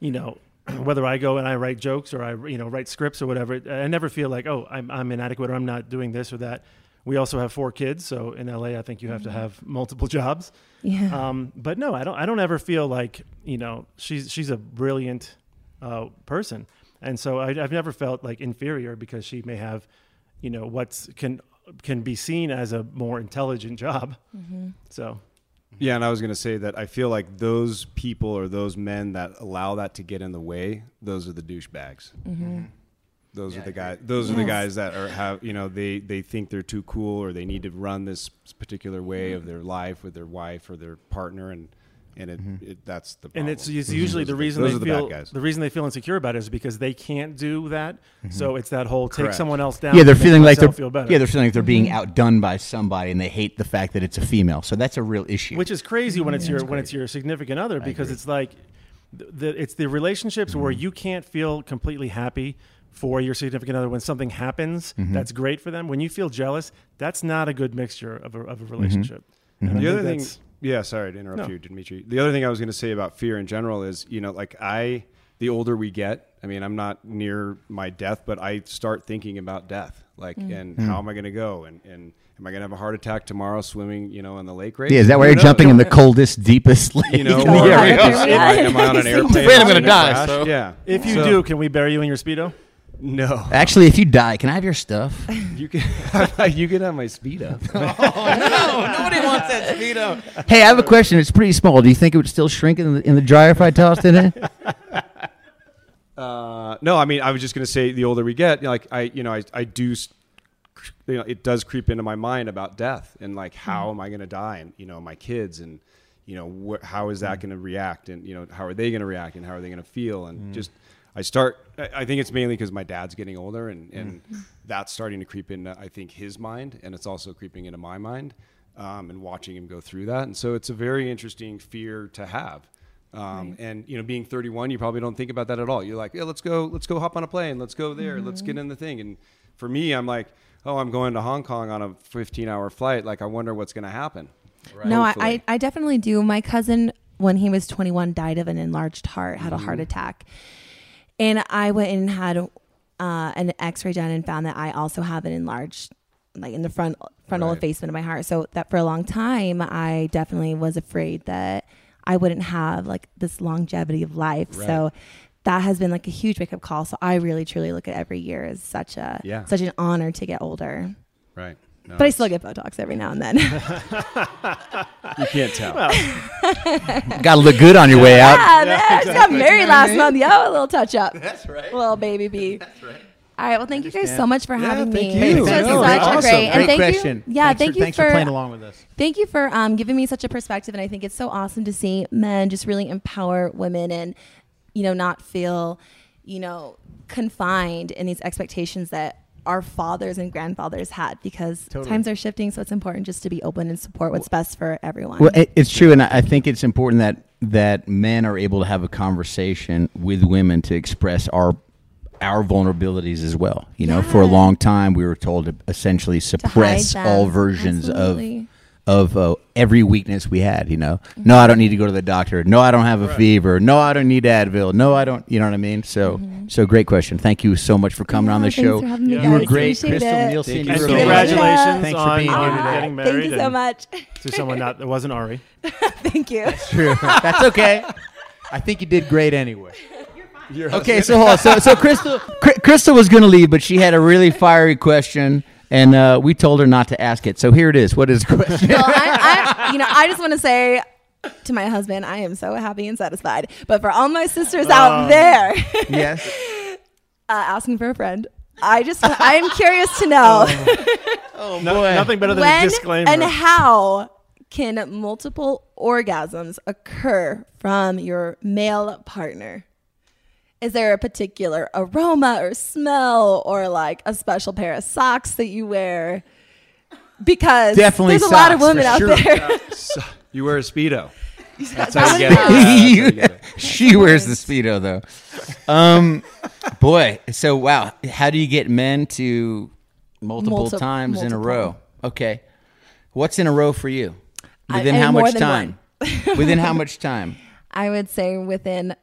you know, [clears throat] whether I go and I write jokes or I you know write scripts or whatever. I never feel like oh I'm I'm inadequate or I'm not doing this or that. We also have four kids, so in LA, I think you have to have multiple [laughs] jobs. yeah Um, but no, I don't. I don't ever feel like you know she's she's a brilliant uh, person, and so I, I've never felt like inferior because she may have, you know, what's can can be seen as a more intelligent job. Mm-hmm. So Mm-hmm. Yeah, and I was going to say that I feel like those people or those men that allow that to get in the way, those are the douchebags. Mm-hmm. Those are the guys. Those are the guys that are have you know they they think they're too cool or they need to run this particular way of their life with their wife or their partner and and it, it that's the problem. and it's, it's usually the Oh. Those are reason those they are the feel bad guys. Mm-hmm. the reason they feel insecure about it is because they can't do that. So it's that whole take Correct. someone else down. Yeah, they're to make feeling like they're myself feel better. Mm-hmm. yeah they're feeling like they're being outdone by somebody, and they hate the fact that it's a female. So that's a real issue. which is crazy when it's your when it's your significant other because it's like th- the, it's the relationships where Mm-hmm. you can't feel completely happy for your significant other when something happens Mm-hmm. that's great for them when you feel jealous that's not a good mixture of a, of a Mm-hmm. relationship And I The think other thing, that's- yeah, sorry to No. interrupt you, Dimitri. The other thing I was going to say about fear in general is, you know, like I, the older we get, I mean, I'm not near my death, but I start thinking about death, like, and how am I going to go, and and am I going to have a heart attack tomorrow swimming, you know, in the lake race? yeah, is that why Who you're knows? jumping in the coldest, deepest lake? [laughs] You know, in or the [laughs] Yeah, area? right. am, I, am I on an airplane? afraid I'm gonna in a die, crash? so- Yeah. if you So- [laughs] do can we bury you in your speedo no, Actually, if you die, can I have your stuff? you can you can have my speed up. Nobody wants that speedo. Hey, I have a question. It's pretty small. Do you think it would still shrink in the, in the dryer if I tossed it [laughs] in? Uh, no, I mean, I was just going to say the older we get, you know, like I, you know, I, I do, s- you know, it does creep into my mind about death and like, how am I going to die? And, you know, my kids and, you know, wh- how is that going to react? And, you know, how are they going to react and how are they going to feel? And just, I start, I I think it's mainly because my dad's getting older and, and that's starting to creep into, I think, his mind. And it's also creeping into my mind um, and watching him go through that. And so it's a very interesting fear to have. Um, And you know, being 31, you probably don't think about that at all. You're like, yeah, let's go, let's go hop on a plane, let's go there, let's get in the thing. And for me, I'm like, oh, I'm going to Hong Kong on a 15 hour flight. Like, I wonder what's going to happen. No, I, I, Hopefully. I definitely do. My cousin, when he was 21, died of an enlarged heart, had a heart Mm-hmm. attack. And I went and had uh, an x ray done and found that I also have an enlarged, like in the front frontal Right. effacement of my heart. So that for a long time, I definitely was afraid that I wouldn't have like this longevity of life. So that has been like a huge wake up call. So I really truly look at every year as such a Yeah. such an honor to get older. Right. No, But I still get Botox every now and [laughs] then. you can't [laughs] tell. Got to look good on your way out. [laughs] Ah, man, I just got married last month. Yeah, a little touch up. That's right. Little baby B. That's right. All right. Well, thank you guys so much for having thank me. you. This was Thank you. such Awesome. a great, and Great thank question. you. Yeah, Thanks thank for- you thanks for playing along with us. Thank you for um, giving me such a perspective, and I think it's so awesome to see men just really empower women and you know not feel you know confined in these expectations that our fathers and grandfathers had because times are shifting. So it's important just to be open and support what's best for everyone. Well, it, it's true, and I, I think it's important that that men are able to have a conversation with women to express our our vulnerabilities as well. You know, for a Yeah. long time we were told to essentially suppress them. all versions Absolutely. Mm-hmm. of of uh, every weakness we had. You know, no, I don't need to go to the doctor. No, I don't have a fever. No, I don't need Advil. No, I don't. You know what I mean? So, so great question. Thank you so much for coming on Mm-hmm. Yeah, thanks the show. for having me, you were guys. great, Appreciate Crystal it. Nielsen. And you were so much. amazing. congratulations Thanks for on, being on here today. getting married Oh, Thank you so and much. [laughs] to someone not that wasn't Ari. Thank you. True. [laughs] That's okay. I think you did great anyway. Okay, so hold on. so so Crystal Cry- Crystal was going to leave, but she had a really fiery question, and uh, we told her not to ask it. So here it is. What is the question? [laughs] well, I, I, you know, I just want to say to my husband, I am so happy and satisfied. But for all my sisters Oh. out there [laughs] uh, yes. asking for a friend, I just, I am curious to know Oh No- nothing better than a when disclaimer. and how can multiple orgasms occur from your male partner? Is there a particular aroma or smell or like a special pair of socks that you wear? Because Definitely there's a lot of socks, for women out sure. there. So- you wear a speedo. That's that how you would get be- [laughs] it. That's how you get it. she wears the speedo though. Um, boy. So wow. How do you get men to multiple Multi- times in a multiple. row? Okay. What's in a row for you? Within I- how more much than time? Within how much time? I would say within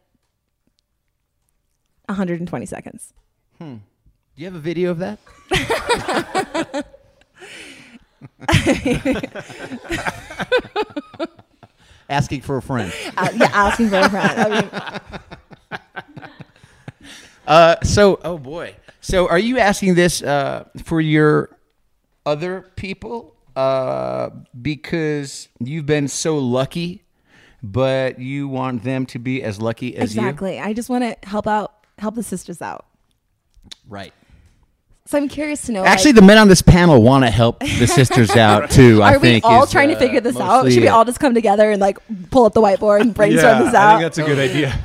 120 seconds. Do you have a video of that? [laughs] Asking for a friend. Uh, yeah, asking for a friend. I mean, Uh, so, oh boy. So, are you asking this uh, for your other people uh, because you've been so lucky, but you want them to be as lucky as exactly. I just want to help out, help the sisters out. you? Right. So I'm curious to know. Actually, like, the men on this panel want to help the sisters [laughs] out too. I are we think all is, trying to uh, figure this out? mostly Should we it. all just come together and like pull up the whiteboard and brainstorm yeah, this I out? think that's a good idea.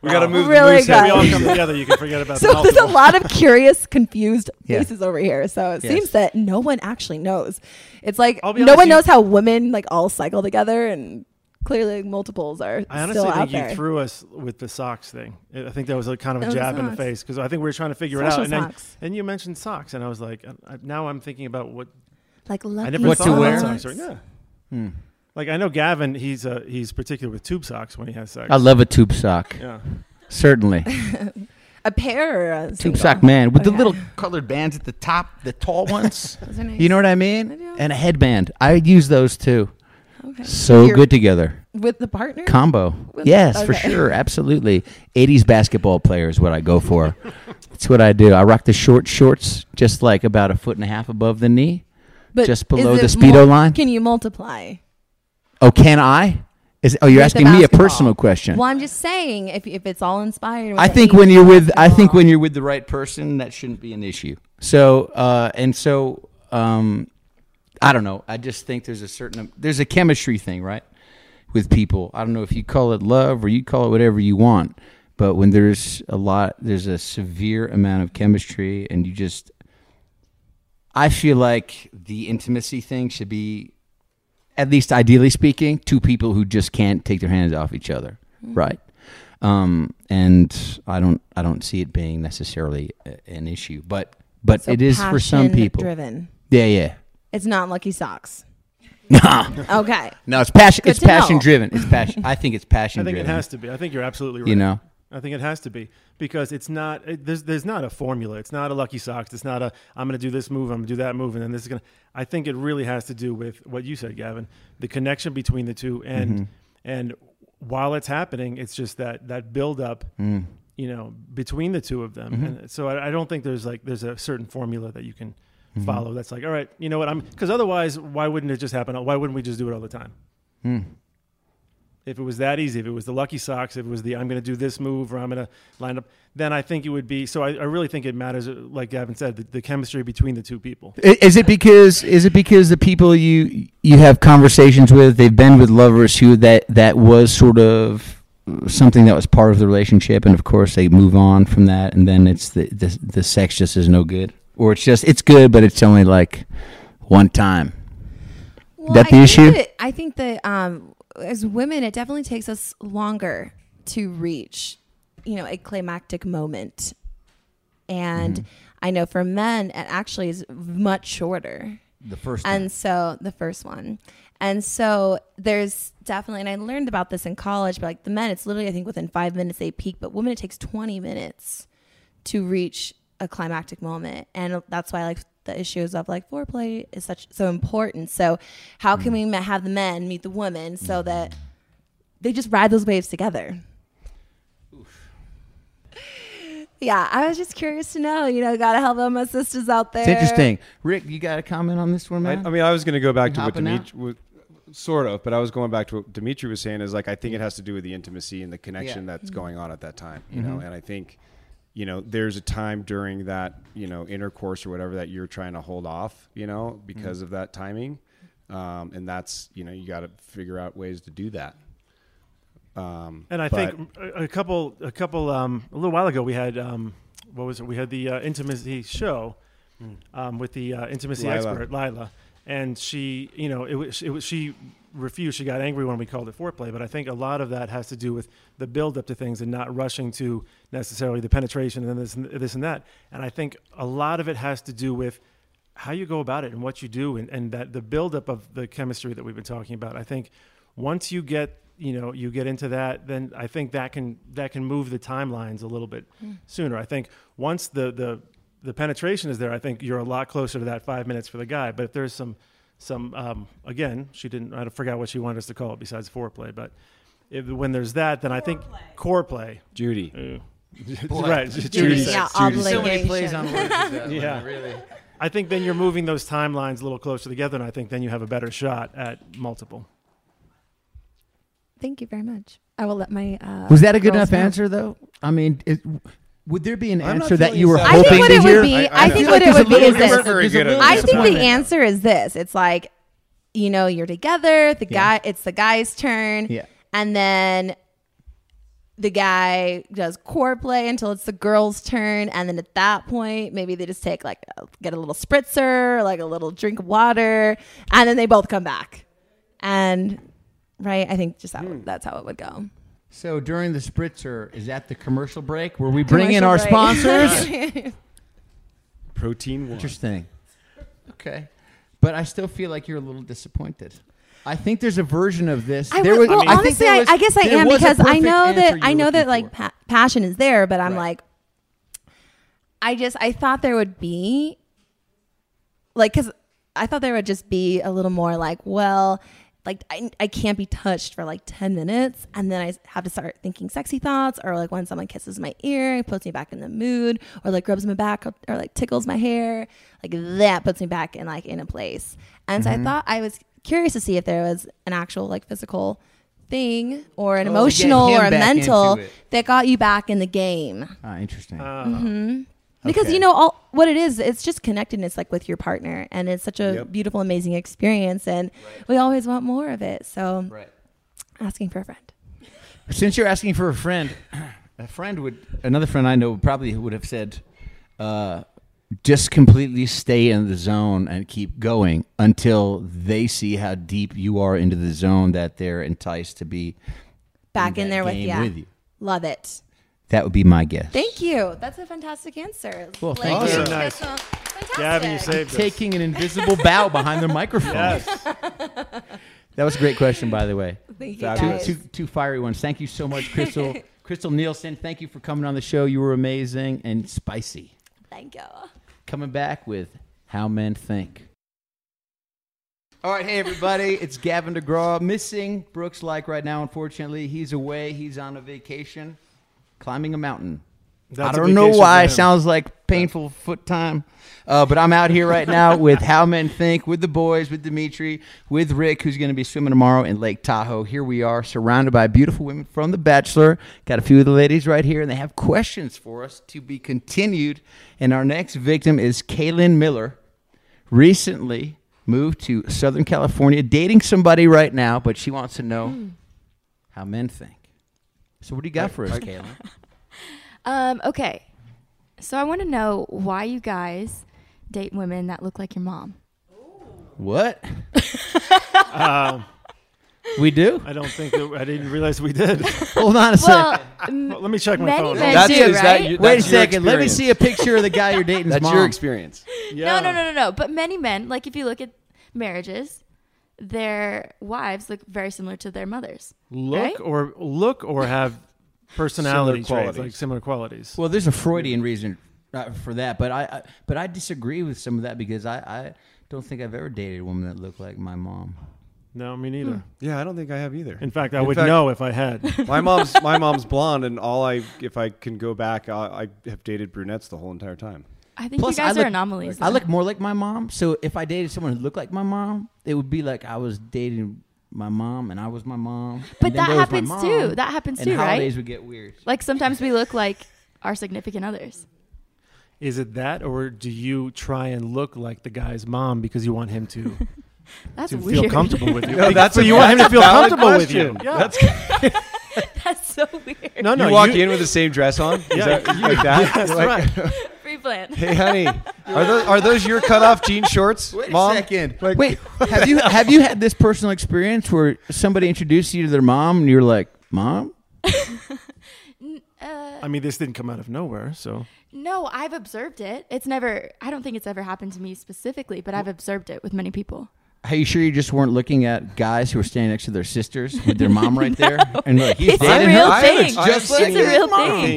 We got to move Really the loose head. we all good. [laughs] come together. You can forget about the so [laughs] there's a multiple. lot of curious, confused [laughs] Yeah. faces over here. So it Yes. seems that no one actually knows. It's like no I'll be honest, one you- knows how women like all cycle together, and clearly multiples are I honestly still think out you there. threw us with the socks thing. I I think that was a kind of It a was jab in the socks. face because I think we were trying to figure Special it out. And, then- socks. and you mentioned socks, and I was like, I, I, now I'm thinking about what like I lucky never What thought to about wear? socks. Or, yeah. Hmm. Like I know Gavin, he's uh, he's particular with tube socks when he has sex. I love a tube sock. yeah. [laughs] Certainly. A pair or a Tube single? sock man with the Okay. [laughs] little colored bands at the top, the tall ones. Those are nice. You know what I mean? I do. And a headband. I use those too. Okay. So You're- good together. with the partner. Combo. With- Yes, for okay. sure. Absolutely. 80s basketball player is what I [laughs] go for. That's what I do. I rock the short shorts just like about a foot and a half above the knee. but just is below it the Speedo line? Can you multiply? Oh, can I? Is oh you're with the asking me a basketball? personal question. Well, I'm just saying if, if it's all inspired. with I the think when 80s you're with I think basketball. when you're with the right person, that shouldn't be an issue. So uh, and so um, I don't know. I just think there's a certain there's a chemistry thing, right, with people. I don't know if you call it love or you call it whatever you want, but when there's a lot, there's a severe amount of chemistry, and you just I feel like the intimacy thing should be, at least ideally speaking, two people who just can't take their hands off each other, Mm-hmm. right? Um, and I don't, I don't see it being necessarily a- an issue, but, but So it is for some passion people. Driven. Yeah, yeah. It's not lucky socks. Nah. Okay. [laughs] no, it's passion. Good it's to know. passion driven. It's passion. I think it's [laughs] passion. I think it driven. has to be. I think you're absolutely right. You know? I think it has to be because it's not it, there's there's not a formula. It's not a lucky socks. It's not a I'm going to do this move, I'm going to do that move and then this is going to I think it really has to do with what you said, Gavin, the connection between the two and Mm-hmm. and while it's happening, it's just that that build up Mm-hmm. you know between the two of them. And so I, I don't think there's like there's a certain formula that you can Mm-hmm. follow that's like all right you know what i'm because otherwise why wouldn't it just happen why wouldn't we just do it all the time Mm. if it was that easy if it was the lucky socks if it was the i'm going to do this move or i'm going to line up then i think it would be so i, I really think it matters uh, like gavin said the, the chemistry between the two people I- Is it because is it because the people you you have conversations with they've been with lovers who that that was sort of something that was part of the relationship and of course they move on from that and then it's the the, the sex just is no good or it's just it's good but it's only like one time. Well, That the I issue? Think that, I think that um, as women, it definitely takes us longer to reach, you know, a climactic moment, and Mm-hmm. I know for men, it actually is much shorter. The first And so the first one. And so there's definitely, and I learned about this in college, but like the men, it's literally, I think within five minutes they peak, but women, it takes 20 minutes to reach a climactic moment. And that's why, like, the issues of like foreplay is such so important. So, how Mm. can we ma- have the men meet the women so that they just ride those waves together? Yeah, I was just curious to know. You know, gotta help all my sisters out there. It's interesting. Rick, you got a comment on this one, I, man? I mean, I was going to go back to what Hopping out? Dimitri, was, sort of, but I was going back to what Dimitri was saying is like I think it has to do with the intimacy and the connection that's going on at that time, you know. And I think, you know, there's a time during that, you know, intercourse or whatever that you're trying to hold off, you know, because of that timing, um, and that's you know you got to figure out ways to do that. Um, And I but- think a, a couple, a couple, um, a little while ago, we had um, what was it? We had the uh, intimacy show um, with the uh, intimacy Lila. expert Lila, and she, you know, it was, it was she refused. She got angry when we called it foreplay, but I think a lot of that has to do with the build up to things and not rushing to necessarily the penetration and this and this and that. And I think a lot of it has to do with how you go about it and what you do and, and that the buildup of the chemistry that we've been talking about. I think once you get you know you get into that, then I think that can that can move the timelines a little bit sooner. I think once the the the penetration is there, I think you're a lot closer to that five minutes for the guy. But if there's some some um, again, she didn't I forgot what she wanted us to call it besides foreplay, but if, when there's that, then I think core play, Judy, [laughs] right? Yeah, Judy sex, Judy sex. so many obligation. plays on words. Yeah. really. I think then you're moving those timelines a little closer together, and I think then you have a better shot at multiple. Thank you very much. I will let my. Uh, Was that a good girls enough know. answer though? I mean, it, would there be an I'm not answer that feeling you were sad. I I hoping think what to it hear? would be. I, I feel think like what it there's a would be little is this. different- very there's a good at little this. I think the disappointment. answer is this. It's like, you know, you're together. The guy, it's the guy's turn. Yeah. And then the guy does core play until it's the girl's turn, and then at that point, maybe they just take like a- get a little spritzer, like a little drink of water, and then they both come back. And right, I think just that, Hmm. that's how it would go. So during the spritzer, is that the commercial break where we bring in Commercial our break. [laughs] sponsors? protein one. Interesting. Okay. But I still feel like you're a little disappointed. I think there's a version of this. I There was, well, I think honestly, there I, was- I guess I there am was a because I perfect know answer that you I were know that looking like for. pa- passion is there, but I'm Right. like, I just I thought there would be, like, because I thought there would just be a little more like, well, like I I can't be touched for like ten minutes, and then I s- have to start thinking sexy thoughts, or like when someone kisses my ear, it puts me back in the mood, or like rubs my back, or, or, like tickles my hair, like that puts me back in like in a place. And so I Mm-hmm. thought I was curious to see if there was an actual like physical thing or an Oh, to get emotional him or a back into mental it. that got you back in the game Ah, interesting. Uh, because Okay. you know all what it is it's just connectedness like with your partner and it's such a Yep. beautiful amazing experience and we always want more of it so right. asking for a friend Since you're asking for a friend, a friend would another friend I know probably would have said, uh, just completely stay in the zone and keep going until they see how deep you are into the zone that they're enticed to be back in, that there with, game yeah. with you. love it That would be my guess. thank you that's a fantastic answer Well, thank you. Awesome. Nice. that's a- fantastic. Gavin, you [laughs] saved us. Taking an invisible bow behind the [laughs] microphone. yes. That was a great question, by the way. thank you Two, guys. two, two fiery ones. Thank you so [laughs] much, Crystal. Crystal Nielsen, thank you for coming on the show. You were amazing and spicy. thank you Coming back with How Men Think. All right, [laughs] hey everybody, it's Gavin DeGraw. Missing Brooks like right now, unfortunately. He's away, he's on a vacation, climbing a mountain. That's I a don't know vacation why. for It him. sounds like painful foot time. Uh, but I'm out here right now with How Men Think, with the boys, with Dimitri, with Rick, who's going to be swimming tomorrow in Lake Tahoe. Here we are, surrounded by beautiful women from The Bachelor. Got a few of the ladies right here, and they have questions for us to be continued. And our next victim is Kaylin Miller, recently moved to Southern California, dating somebody right now, but she wants to know how men think. So, what do you got for us, Kaylin? Um, okay. So I want to know why you guys date women that look like your mom. What? Um, we do? I don't think that, I didn't realize we did. [laughs] [laughs] Hold on a Well, second. m- Well, let me check my Many phone. men- That's, do, is that right? you- Wait a that's your second. Let me experience. see a picture of the guy [laughs] you're dating's That's mom. your experience. Yeah. no, no, no, no, no. But many men, like if you look at marriages, their wives look very similar to their mothers. Look Right? or look or [laughs] have personality Similar traits, like qualities. similar qualities. Well, there's a Freudian reason uh, for that, but I, I but I disagree with some of that because I, I don't think I've ever dated a woman that looked like my mom. no, me neither. Yeah, I don't think I have either. In fact, I In would fact- know if I had. [laughs] my mom's my mom's blonde, and all I if I can go back, I, I have dated brunettes the whole entire time. I think you I guys look- are anomalies. I look more like my mom, so if I dated someone who looked like my mom, it would be like I was dating my mom and I was my mom. and But then that there was my happens mom, too. That happens and too, holidays right? would get weird. Like sometimes we look like our significant others. Is it that, or do you try and look like the guy's mom because you want him to, That's to weird. feel [laughs] comfortable with you? No, that's so a- you want him to that's a feel valid comfortable with you. question. Yeah. That's- That's so weird. no, no. you walk in with the same dress on, Is Yeah, that- [laughs] like that. You're like, [laughs] Free plan. Hey, honey, are those are those your cutoff jean shorts, mom? Like- Wait, have you have you had this personal experience where somebody introduced you to their mom and you're like, "Mom, I mean, this didn't come out of nowhere, so No, I've observed it. It's never, I don't think it's ever happened to me specifically, but I've observed it with many people. are you sure you just weren't looking at guys who were standing next to their sisters with their mom right there?" And like, he's It's a dating real her? I thing. haven't- I It's haven't seen a this real mom thing.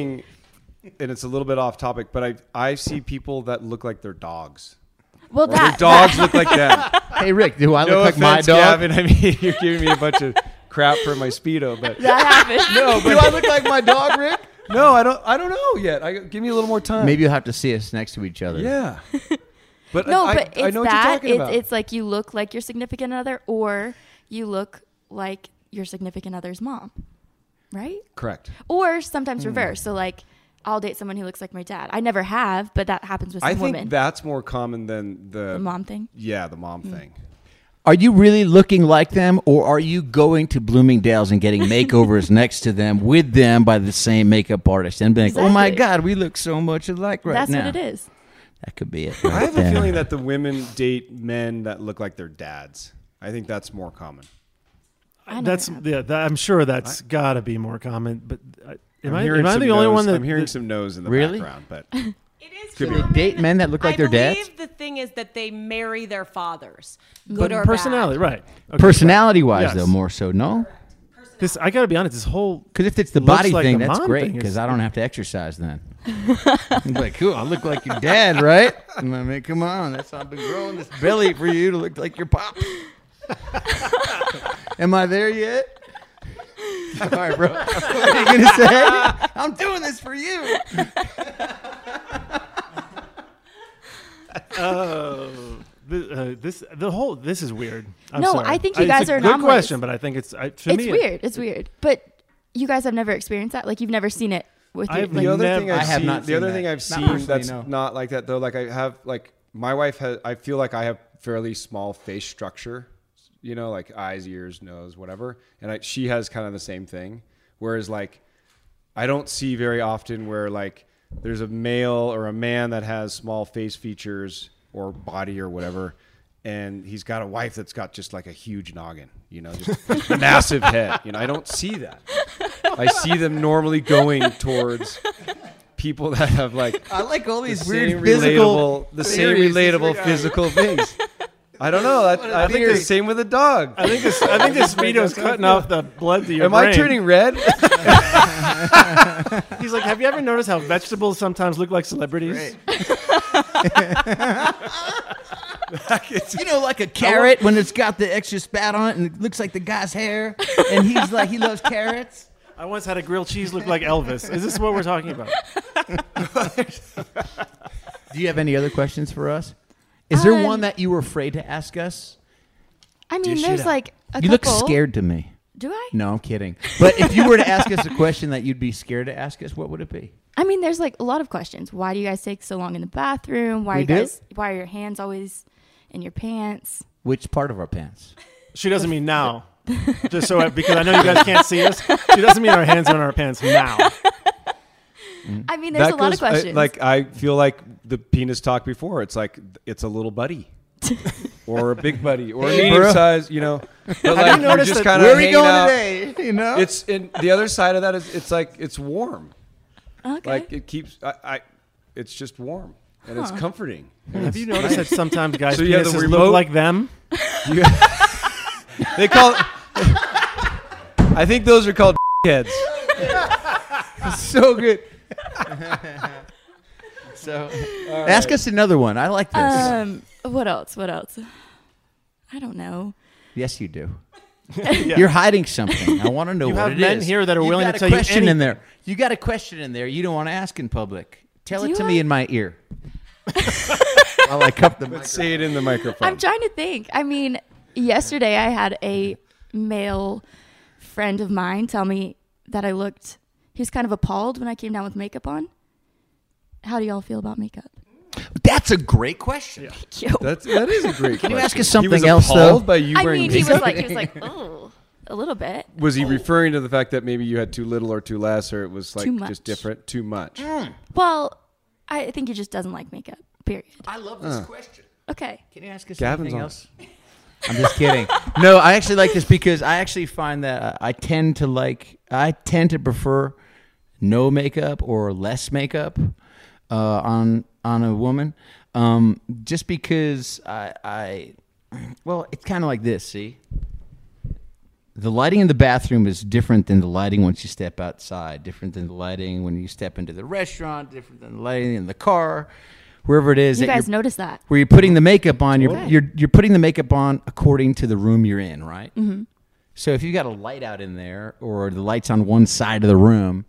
thing, And it's a little bit off topic, but I I see people that look like their dogs. Well, Or their that, dogs look like them. Hey Rick, do I [laughs] look no like my offense, dog? Gavin. I mean, [laughs] you're giving me a bunch of crap for my speedo, but that happened. [laughs] no, Do I but look like my dog, Rick? no, I don't. I don't know yet. I, give me a little more time. Maybe you'll have to see us next to each other. Yeah. [laughs] But No, I, but I, it's know what you're that. talking about. it's, it's like you look like your significant other or you look like your significant other's mom, right? correct. Or sometimes Hmm. reverse. So, like, I'll date someone who looks like my dad. I never have, but that happens with some I think women. that's more common than the, the mom Mm. thing. Yeah, the mom thing. Are you really looking like them, or are you going to Bloomingdale's and getting makeovers next to them with them by the same makeup artist and being like, "Oh my Exactly. God, we look so much alike right That's now"? what it is. That could be it. I have a feeling that the women date men that look like their dads. I think that's more common. never that's have. yeah. That, I'm sure that's got to be more common. But I, am I'm I, hearing am I some the only no's- one that I'm hearing that- some no's in the Really? background, but [laughs] It is Could be. common. Date men that look like I their dads? believe The thing is that they marry their fathers, but good or personality, bad. right? Okay, Personality wise, Yes. though, more so, no? This I got to be honest. This whole Because if it's the Looks body like thing, the that's mom great thing is- because I don't have to exercise [laughs] then. I'm like, cool, I look like your dad, right? I mean, come on, that's I've been growing this belly for you to look like your pop. [laughs] Am I there yet? [laughs] All right, bro. [laughs] What are you gonna say? I'm doing this for you. The, uh, this the whole this is weird. I'm No, sorry. I think you it's guys a are good anomalies. question, but I think it's I, to It's me it- weird. It's weird. But you guys have never experienced that? Like, you've never seen it with I've your, the like, other never- thing I I've have seen, not the other seen thing that. I've Not seen personally, that's no. not like that though. Like I have like my wife has. I feel like I have fairly small face structure. You know, like eyes, ears, nose, whatever. And I, she has kind of the same thing. Whereas like I don't see very often where like there's a male or a man that has small face features or body or whatever. And he's got a wife that's got just like a huge noggin, you know, [laughs] just massive head. You know, I don't see that. I see them normally going towards people that have like I like [laughs] all these the weird same physical, relatable, the same theories this relatable guy- [laughs] physical things. I don't know. That, I think theory. the same with a dog. I think this I think [laughs] this video's cutting off the blood to your Am I brain. turning red? He's like, have you ever noticed how vegetables sometimes look like celebrities? You know, like a carrot when it's got the extra spat on it and it looks like the guy's hair, and he's like, he loves carrots. I once had a grilled cheese look like Elvis. Is this what we're talking about? Do you have any other questions for us? Is there Um, one that you were afraid to ask us? I mean, Dish it there's out. like a you couple. look scared to me. Do I? No, I'm kidding. But if you were to ask us a question that you'd be scared to ask us, what would it be? I mean, there's like a lot of questions. Why do you guys take so long in the bathroom? Why We you do? guys? Why are your hands always in your pants? Which part of our pants? She doesn't [laughs] mean now. Just so I- because I know you guys can't see us. She doesn't mean our hands are in our [laughs] pants now. I mean, there's That a lot goes- of I- questions. like I feel like the penis talk before. It's like it's a [laughs] little buddy. or a big buddy, or a Hey, medium bro. size, you know. But like, you're noticed just that- kind of where are we going today? [laughs] You know, It's in the other side of that is it's like it's warm. okay. Like it keeps I, I it's just warm and it's comforting. Have you noticed that sometimes guys So you have the penises remote? look like them? You- [laughs] they call I think those are called [laughs] heads. so good. so, Uh, ask us another one. I like this. um, what else? What else? I don't know. yes, [laughs] you do. You're hiding something. I want to know You what have it men is. here that are You've willing got to a tell you question any- in there. You got a question in there. You don't want to ask in public. Tell Do it to I? me in my [laughs] ear. While I cup the Let's say it in the microphone. I'm trying to think. I mean, yesterday I had a Mm-hmm. male friend of mine tell me that I looked. He was kind of appalled when I came down with makeup on. How do y'all feel about makeup? That's a great question. Yo. That's that is a great. Can you question. ask us he was something else, appalled though? By you I wearing mean, he makeup? was like, he was like, oh, a little bit. Was he referring to the fact that maybe you had too little or too less, or it was like Too much. just different, too much? Well, I think he just doesn't like makeup. Period. I love this question. Okay. Can you ask us Gavin's anything on. else? I'm just [laughs] kidding. No, I actually like this because I actually find that uh, I tend to like, I tend to prefer no makeup or less makeup uh, on on a woman, um, just because I, I well, it's kind of like this. See, the lighting in the bathroom is different than the lighting once you step outside, different than the lighting when you step into the restaurant, different than the lighting in the car, wherever it is. You that you're- guys notice that? where you're putting the makeup on, you're, Totally. you're you're putting the makeup on according to the room you're in, right? Mm-hmm. So if you got a light out in there, or the lights on one side of the room,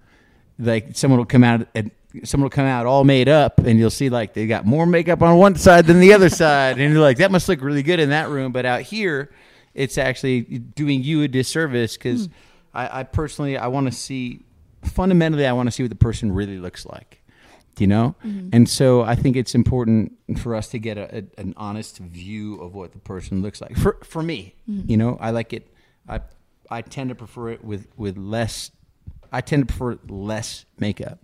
like someone will come out and someone will come out all made up, and you'll see like they got more makeup on one side than the other side, and you're like, that must look really good in that room, but out here, it's actually doing you a disservice because I, I personally I want to see fundamentally I want to see what the person really looks like you know and so i think it's important for us to get a, a, an honest view of what the person looks like for for me you know i like it i i tend to prefer it with with less i tend to prefer less makeup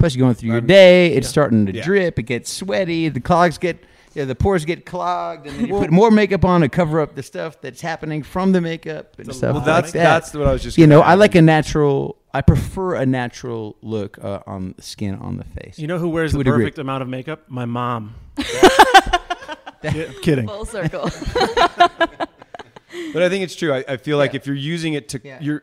plus you're going through your day it's starting to Um, Yeah. drip it gets sweaty the clogs get yeah, the pores get clogged, and then you put more makeup on to cover up the stuff that's happening from the makeup and stuff Well, that's- like that. that's what I was just You know, gonna I like add. a natural. I prefer a natural look uh, on the skin on the face. You know who wears To the a degree. perfect amount of makeup? My mom. [laughs] Yeah, kidding. Full [laughs] circle. But I think it's true. I, I feel like if you're using it to Yeah. you're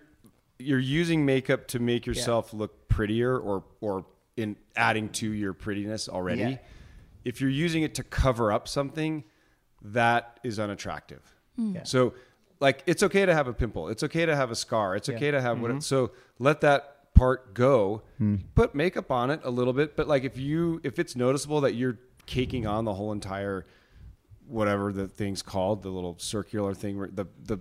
you're using makeup to make yourself look prettier or or in adding to your prettiness already. Yeah. If you're using it to cover up something, that is unattractive. Mm. So like it's okay to have a pimple. It's okay to have a scar. It's okay to have what so let that part go. Put makeup on it a little bit, but like if you if it's noticeable that you're caking on the whole entire whatever the thing's called, the little circular thing, where the the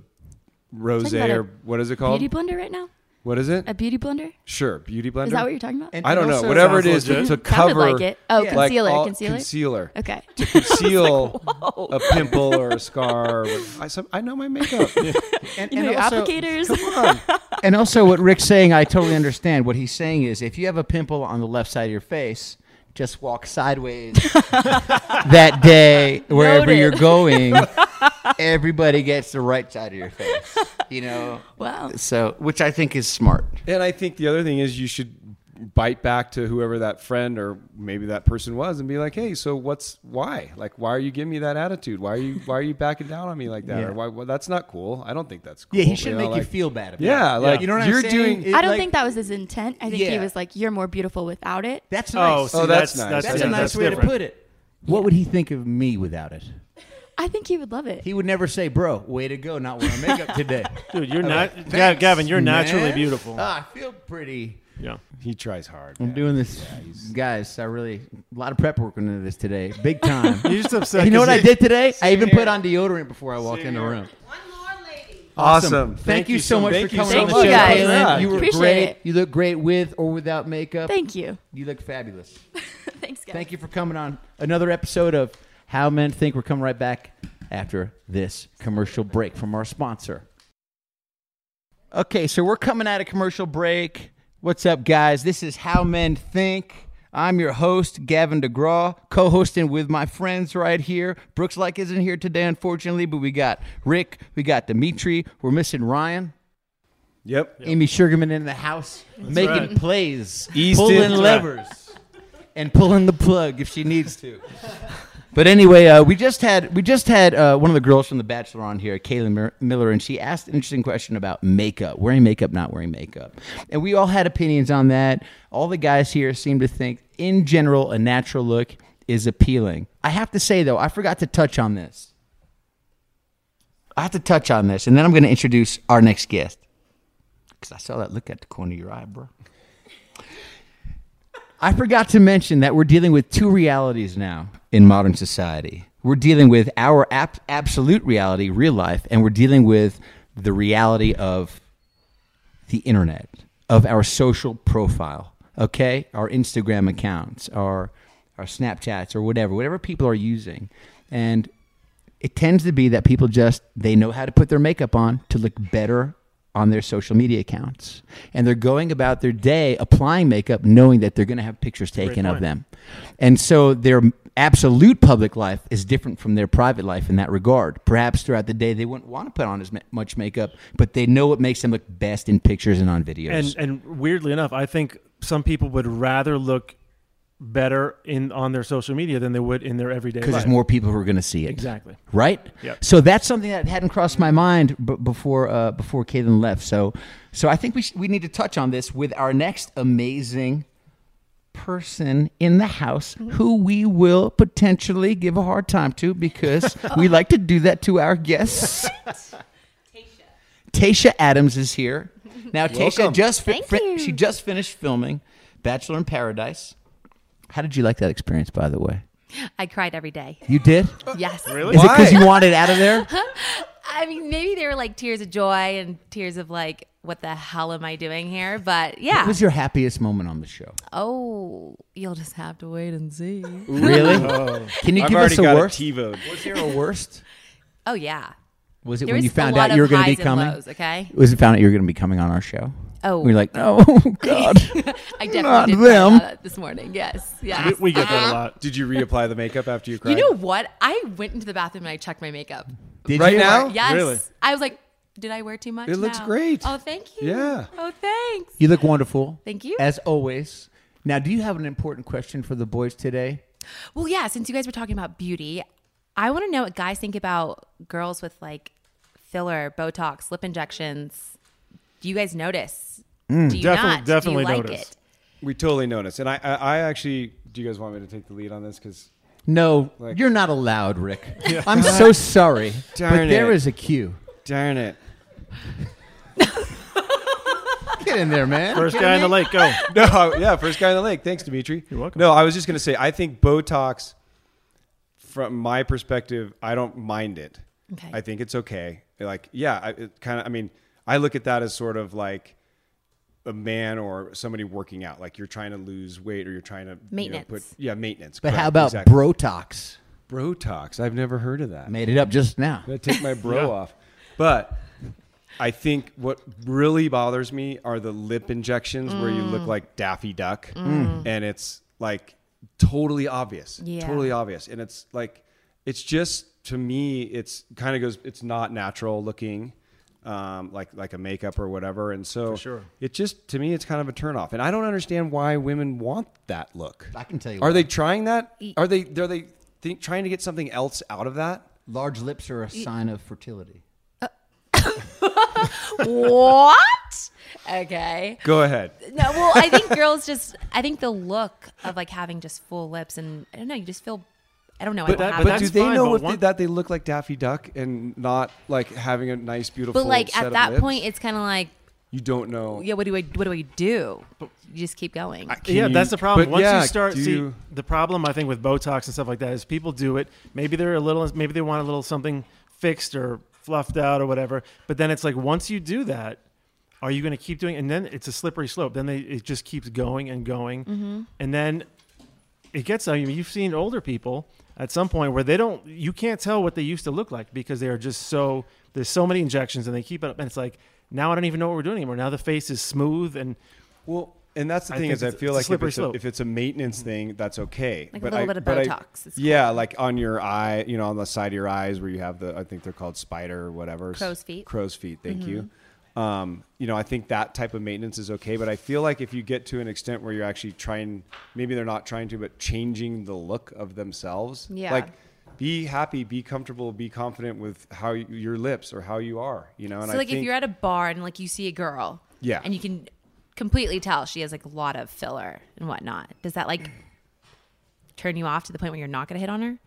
rose Talking about or a what is it called? Beauty blender right now? what is it? A beauty blender? sure, beauty blender. Is that what you're talking about? And- I don't know. also- Whatever it Sounds is to, legit. to Sounded cover like it. Oh, like concealer, all- concealer. [laughs] concealer. Okay. To conceal [laughs] Oh, a pimple or a scar. Or what- I, some, I know my [laughs] makeup. and, You know, your applicators. [laughs] and also what Rick's saying, I totally understand. What he's saying is if you have a pimple on the left side of your face, just walk sideways [laughs] that day wherever Noted. [laughs] you're going. Everybody gets the right side of your face, you know. Wow. So, which I think is smart. and I think the other thing is you should bite back to whoever that friend or maybe that person was and be like, "Hey, so what's why? Like, why are you giving me that attitude? Why are you why are you backing down on me like that? Yeah. Or why? Well, that's not cool. I don't think that's cool. Yeah, he should know, make you like- feel bad about Yeah, it. like you know what you're I'm saying? doing. It- I don't like, think that was his intent. I think he Yeah. was like, "You're more beautiful without it." that's Oh, nice. see, Oh, that's that's, nice. That's, that's yeah, a nice that's way different. to put it. What would he think of me without it? I think he would love it. He would never say, "Bro, way to go, not wearing makeup today." Dude, you're not, Gav- Gavin. You're naturally man. beautiful. Ah, I feel pretty. Yeah. He tries hard. I'm man. [laughs] doing this, guys. I really a lot of prep work went into this today. Big time. You're just upset. you know 'cause what I he- did today? I even put on deodorant before I walked in the room. One more lady. Awesome. Thank, you so much thank for you coming so on the much. show, Thank you, Caitlin. guys. You were Appreciate great. it. You look great with or without makeup. Thank [laughs] you. you look fabulous. Thanks, guys. Thank you for coming on another episode of How Men Think. We're coming right back after this commercial break from our sponsor. Okay, so we're coming out of commercial break. What's up, guys? This is How Men Think. I'm your host, Gavin DeGraw, co hosting with my friends right here. Brooks Like isn't here today, unfortunately, but we got Rick, we got Dimitri, we're missing Ryan. Yep. Amy Sugarman in the house making right. plays, Easton pulling Threat. levers, and pulling the plug if she needs to. [laughs] But anyway, uh, we just had we just had uh, one of the girls from The Bachelor on here, Kayla Mir- Miller, and she asked an interesting question about makeup, wearing makeup, not wearing makeup, and we all had opinions on that. All the guys here seem to think, in general, a natural look is appealing. I have to say though, I forgot to touch on this. I have to touch on this, and then I'm going to introduce our next guest. Because I saw that look at the corner of your eye, bro. I forgot to mention that we're dealing with two realities now in modern society. We're dealing with our ap- absolute reality, real life, and we're dealing with the reality of the internet, of our social profile, okay? Our Instagram accounts, our, our Snapchats, or whatever, whatever people are using. And it tends to be that people just they know how to put their makeup on to look better on their social media accounts and they're going about their day applying makeup knowing that they're going to have pictures taken of them and so their absolute public life is different from their private life in that regard perhaps throughout the day they wouldn't want to put on as ma- much makeup but they know what makes them look best in pictures and on videos And and weirdly enough, I think some people would rather look better in on their social media than they would in their everyday life. because there's more people who are going to see it. Exactly. Right. Yep. So that's something that hadn't crossed my mind b- before uh, before Caitlin left. So so I think we sh- we need to touch on this with our next amazing person in the house who we will potentially give a hard time to because we like to do that to our guests. Tasha Adams is here. Now Tasha Welcome. just fi- fi- she just finished filming Bachelor in Paradise. How did you like that experience by the way? I cried every day. You did? [laughs] Yes. Is it because you wanted out of there? I mean, maybe they were like tears of joy and tears of like, what the hell am I doing here? But yeah. What was your happiest moment on the show? oh, you'll just have to wait and see. Really? Oh. Can you I've give already us a got worst? a TiVo. was there a worst? Oh, yeah. Was it There when was you a found lot out you were of going to be highs and coming? lows, okay? Was it found out you were going to be coming on our show? Oh. we are like, [laughs] oh God, I definitely Not did cry them. about it this morning. Yes. We, Yes. we get that a lot. Did you reapply the makeup after you cried? you know what? I went into the bathroom and I checked my makeup. Did Right you- now? Yes. Really? I was like, did I wear too much? It looks No. great. Oh, thank you. Yeah. Oh, thanks. you look wonderful. Thank you. as always. Now, do you have an important question for the boys today? Well, yeah, since you guys were talking about beauty, I want to know what guys think about girls with like filler, Botox, lip injections. Do you guys notice? Mm, Do you Defi- not? definitely Do you like notice. it? We totally noticed. And I, I, I actually, do you guys want me to take the lead on this? Because No, Like- you're not allowed, Rick. [laughs] I'm so sorry, but Darn there it. is a cue. darn it. Get in there, man. First guy in the lake, go. [laughs] No, I- yeah, first guy in the lake. Thanks, Dimitri. You're welcome. No, I was just gonna say, I think Botox, from my perspective, I don't mind it. Okay. I think it's okay. Like, yeah, I, it kind of. I mean, I look at that as sort of like a man or somebody working out. Like you're trying to lose weight or you're trying to you know, Maintenance. put, yeah, maintenance. but correct, how about exactly. Brotox? Brotox? I've never heard of that. Made it up just now. I'm gonna take my bro off. But I think what really bothers me are the lip injections where you look like Daffy Duck, and it's like totally obvious, Yeah. totally obvious, and it's like it's just to me, it's kind of goes, it's not natural looking. Um, like like a makeup or whatever, and so sure. it just to me it's kind of a turnoff, and I don't understand why women want that look. I can tell you Are why. they trying that? Are they are they think, trying to get something else out of that? Large lips are a sign of fertility. what? Okay. Go ahead. No, well, I think [laughs] girls just, I think the look of like having just full lips and I don't know, you just feel, I don't know. I But, don't have but that. do that's they fine, know but if they, one- that they look like Daffy Duck and not like having a nice, beautiful? But like set at of that lips? point, it's kind of like You don't know. Yeah, what do I what do we do? You just keep going. Uh, yeah, that's the problem. but Once yeah, you start, do see, you- the problem I think with Botox and stuff like that is people do it. Maybe they're a little, maybe they want a little something fixed or fluffed out or whatever. But then it's like once you do that, are you going to keep doing? And then it's a slippery slope. Then they it just keeps going and going, and then it gets. I mean, you've seen older people at some point where they don't, you can't tell what they used to look like because they are just so there's so many injections and they keep it up, and it's like now I don't even know what we're doing anymore. Now the face is smooth and Well, and that's the I thing think is, I it's- feel it's a like if slippery it's, a, slope. if it's a maintenance thing, that's okay. Like a but little I, bit of but I- Botox is cool. yeah, like on your eye, you know, on the side of your eyes where you have the, I think they're called spider or whatever. Crow's feet. Mm-hmm. Crow's feet. Thank you. Um, you know, I think that type of maintenance is okay, but I feel like if you get to an extent where you're actually trying, maybe they're not trying to, but changing the look of themselves. Yeah. Like, be happy, be comfortable, be confident with how you, your lips or how you are. You know, and so I like think if you're at a bar and like you see a girl, Yeah. and you can completely tell she has like a lot of filler and whatnot. Does that like turn you off to the point where you're not gonna hit on her?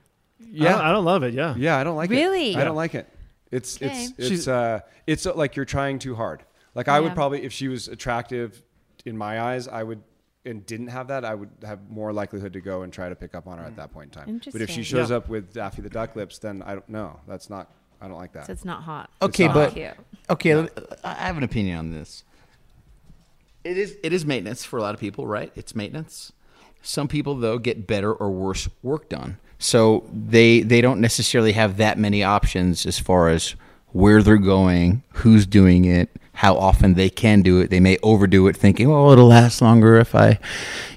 I don't, I don't love it. Yeah. Yeah, I don't like it. Really? I don't like it. It's it's Okay. it's uh it's uh, like you're trying too hard. Like I would Yeah. probably if she was attractive in my eyes, I would and didn't have that, I would have more likelihood to go and try to pick up on her at that point in time. But if she Interesting. shows Yeah. up with Daffy the Duck lips, then I don't know. That's not I don't like that. So it's not hot. Okay, It's not but cute. okay, let me- I have an opinion on this. It is it is maintenance for a lot of people, right? It's maintenance. Some people though get better or worse work done, so they they don't necessarily have that many options as far as where they're going, who's doing it, how often they can do it. They may overdo it, thinking, "Oh, it'll last longer if I,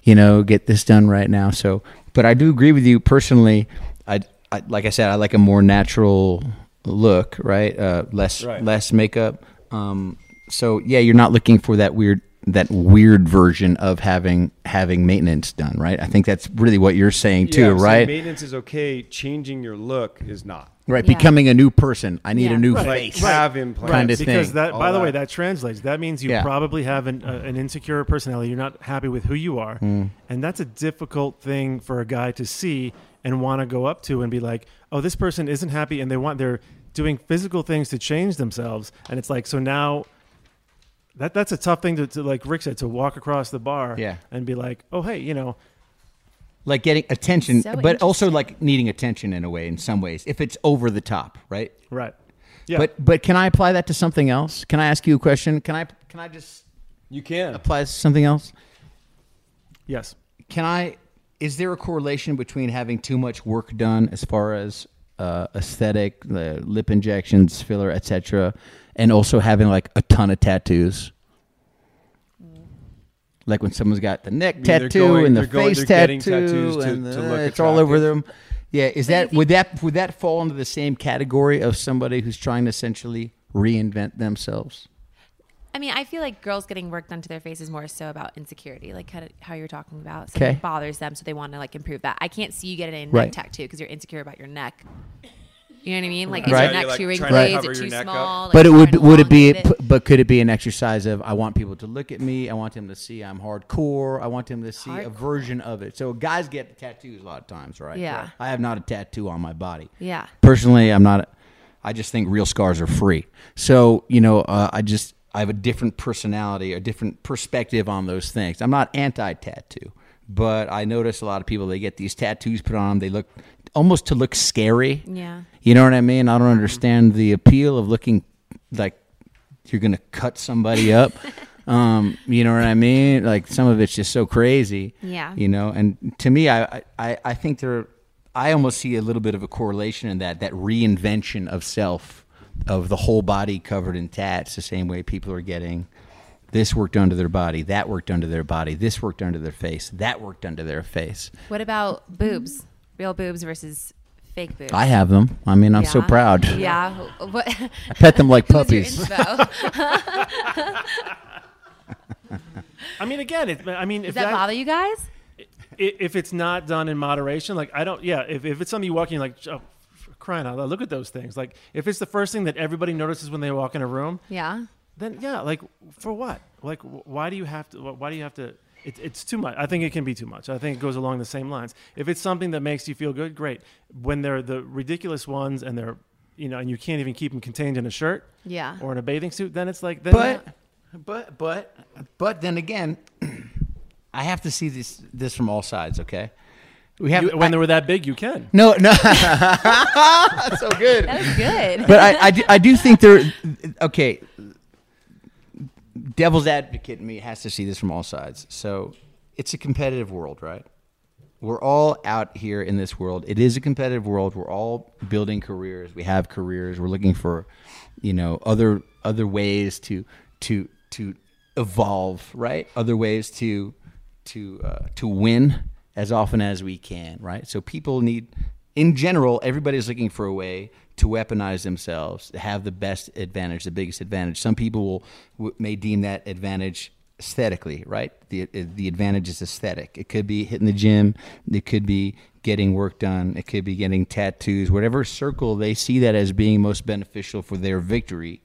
you know, get this done right now." So, but I do agree with you personally. I, I like I said, I like a more natural look, right? Uh, less Right. less makeup. Um, so yeah, you're not looking for that weird that weird version of having having maintenance done, right? I think that's really what you're saying Yeah, too, I'm saying right? Maintenance is okay, changing your look is not. right, Yeah. becoming a new person. I need Yeah. a new Right. Like face. have implants. Kind of thing. because that All by the way that. that translates that means you Yeah. probably have an, uh, an insecure personality you're not happy with who you are Hmm. and that's a difficult thing for a guy to see and want to go up to and be like oh this person isn't happy and they want they're doing physical things to change themselves and it's like so now that that's a tough thing to, to like rick said to walk across the bar Yeah. and be like oh hey you know Like getting attention, So but also like needing attention in a way in some ways if it's over the top, right? right yeah But but can I apply that to something else? Can I ask you a question? Can I can I just you can. apply this to something else? yes Can I? Is there a correlation between having too much work done as far as uh, aesthetic, the lip injections, filler, etc., and also having like a ton of tattoos? Like when someone's got the neck they're tattoo going- and the they're going- face they're getting tattoo, tattoos to- and to the, look it's all over them. attractive. Yeah, is But I that would that would that fall into the same category of somebody who's trying to essentially reinvent themselves? I mean, I feel like girls getting work done to their face is more so about insecurity, like kind of how you're talking about. Something Okay. bothers them, so they want to like improve that. I can't see you getting a neck Right. tattoo because you're insecure about your neck. You know what I mean? Like, Right. is Yeah, your you're, neck like, too trying to wrinkly? Is it cover your too neck up. small? Like, but it you're would trying to would it be elongate it? but could it be an exercise of I want people to look at me, I want them to see I'm hardcore, I want them to see a version of it. So guys get tattoos a lot of times, right? Yeah. I have not a tattoo on my body. Yeah. Personally, I'm not. I just think real scars are free. So you know, uh, I just I have a different personality, a different perspective on those things. I'm not anti-tattoo, but I notice a lot of people they get these tattoos put on them. They look almost to look scary. Yeah. You know what I mean? I don't understand the appeal of looking like you're gonna cut [laughs] somebody up. um, you know what I mean? Like some of it's just so crazy. Yeah. You know, and to me, I I- I, I think there, I almost see a little bit of a correlation in that that reinvention of self, of the whole body covered in tats, the same way people are getting. This worked onto their body. That worked onto their body. This worked onto their face. That worked onto their face. What about boobs? Real boobs versus fake boobs? I have them. I mean, I'm so Yeah. proud. Yeah. [laughs] What? [laughs] I pet them [laughs] like who's your puppies. inspo? i mean again it, i mean Does if that bother you guys? i- if it's not done in moderation, like I don't, yeah, if, if it's something you walk in, you're like, oh, for crying out loud, look at those things. Like, if it's the first thing that everybody notices when they walk in a room, Yeah. then yeah, like, for what? Like, wh- why do you have to, wh- why do you have to, it, it's too much. I think it can be too much. I think it goes along the same lines. If it's something that makes you feel good, great. When they're the ridiculous ones and they're, you know, and you can't even keep them contained in a shirt Yeah. or in a bathing suit, then it's like, then But But but but then again, [clears throat] I have to see this this from all sides. Okay, we have You- when they were that big, you can. no no. That's [laughs] so good. Good. But I I do, I do think there. Okay, devil's advocate in me has to see this from all sides. So it's a competitive world, right? We're all out here in this world. It is a competitive world. We're all building careers. We have careers. We're looking for, you know, other other ways to to to evolve, right? Other ways to to uh, to win as often as we can, right? So people need, in general, everybody's looking for a way to weaponize themselves, to have the best advantage, the biggest advantage. Some people will w- may deem that advantage aesthetically, right? The uh, the advantage is aesthetic. It could be hitting the gym. It could be getting work done. It could be getting tattoos. Whatever circle they see that as being most beneficial for their victory.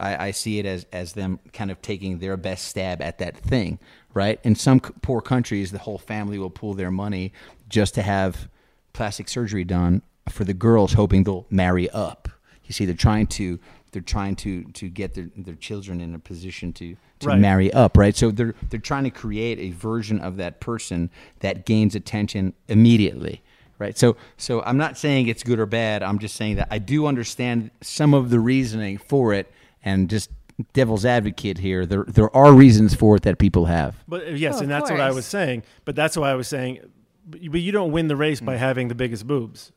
I, I see it as, as them kind of taking their best stab at that thing, right? In some c- poor countries, the whole family will pool their money just to have plastic surgery done for the girls, hoping they'll marry up. You see, they're trying to they're trying to to get their, their children in a position to to Right. marry up, right? So they're they're trying to create a version of that person that gains attention immediately, right? So so I'm not saying it's good or bad. I'm just saying that I do understand some of the reasoning for it, and just devil's advocate here. There there are reasons for it that people have. But uh, yes, Oh, and of that's what I course. was saying. But that's why I was saying, but you, but you don't win the race by having the biggest boobs. Mm.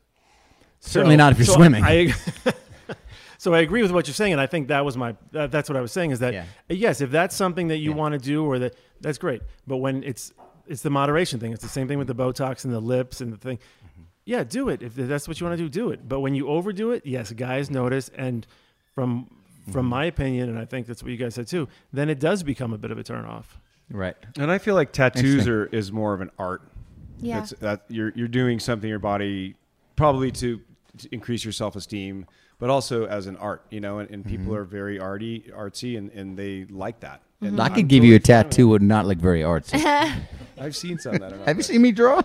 Certainly not if you're swimming. I, [laughs] so I agree with what you're saying, and I think that was my that, that's what I was saying is that Yeah. uh, yes, if that's something that you Yeah. want to do or that that's great. But when it's it's the moderation thing. It's the same thing with the Botox and the lips and the thing. Mm-hmm. Yeah, do it if that's what you want to do. Do it. But when you overdo it, yes, guys notice. And from Mm-hmm. from my opinion, and I think that's what you guys said too. Then it does become a bit of a turnoff. Right. And I feel like tattoos Interesting. are is more of an art. Yeah. It's that you're you're doing something to your body probably to, to increase your self esteem, but also as an art, you know, and, and Mm-hmm. people are very arty artsy and, and they like that. And I I'm could give you a totally fine with tattoo would not look very artsy. it. I've seen some that are Have you seen me draw?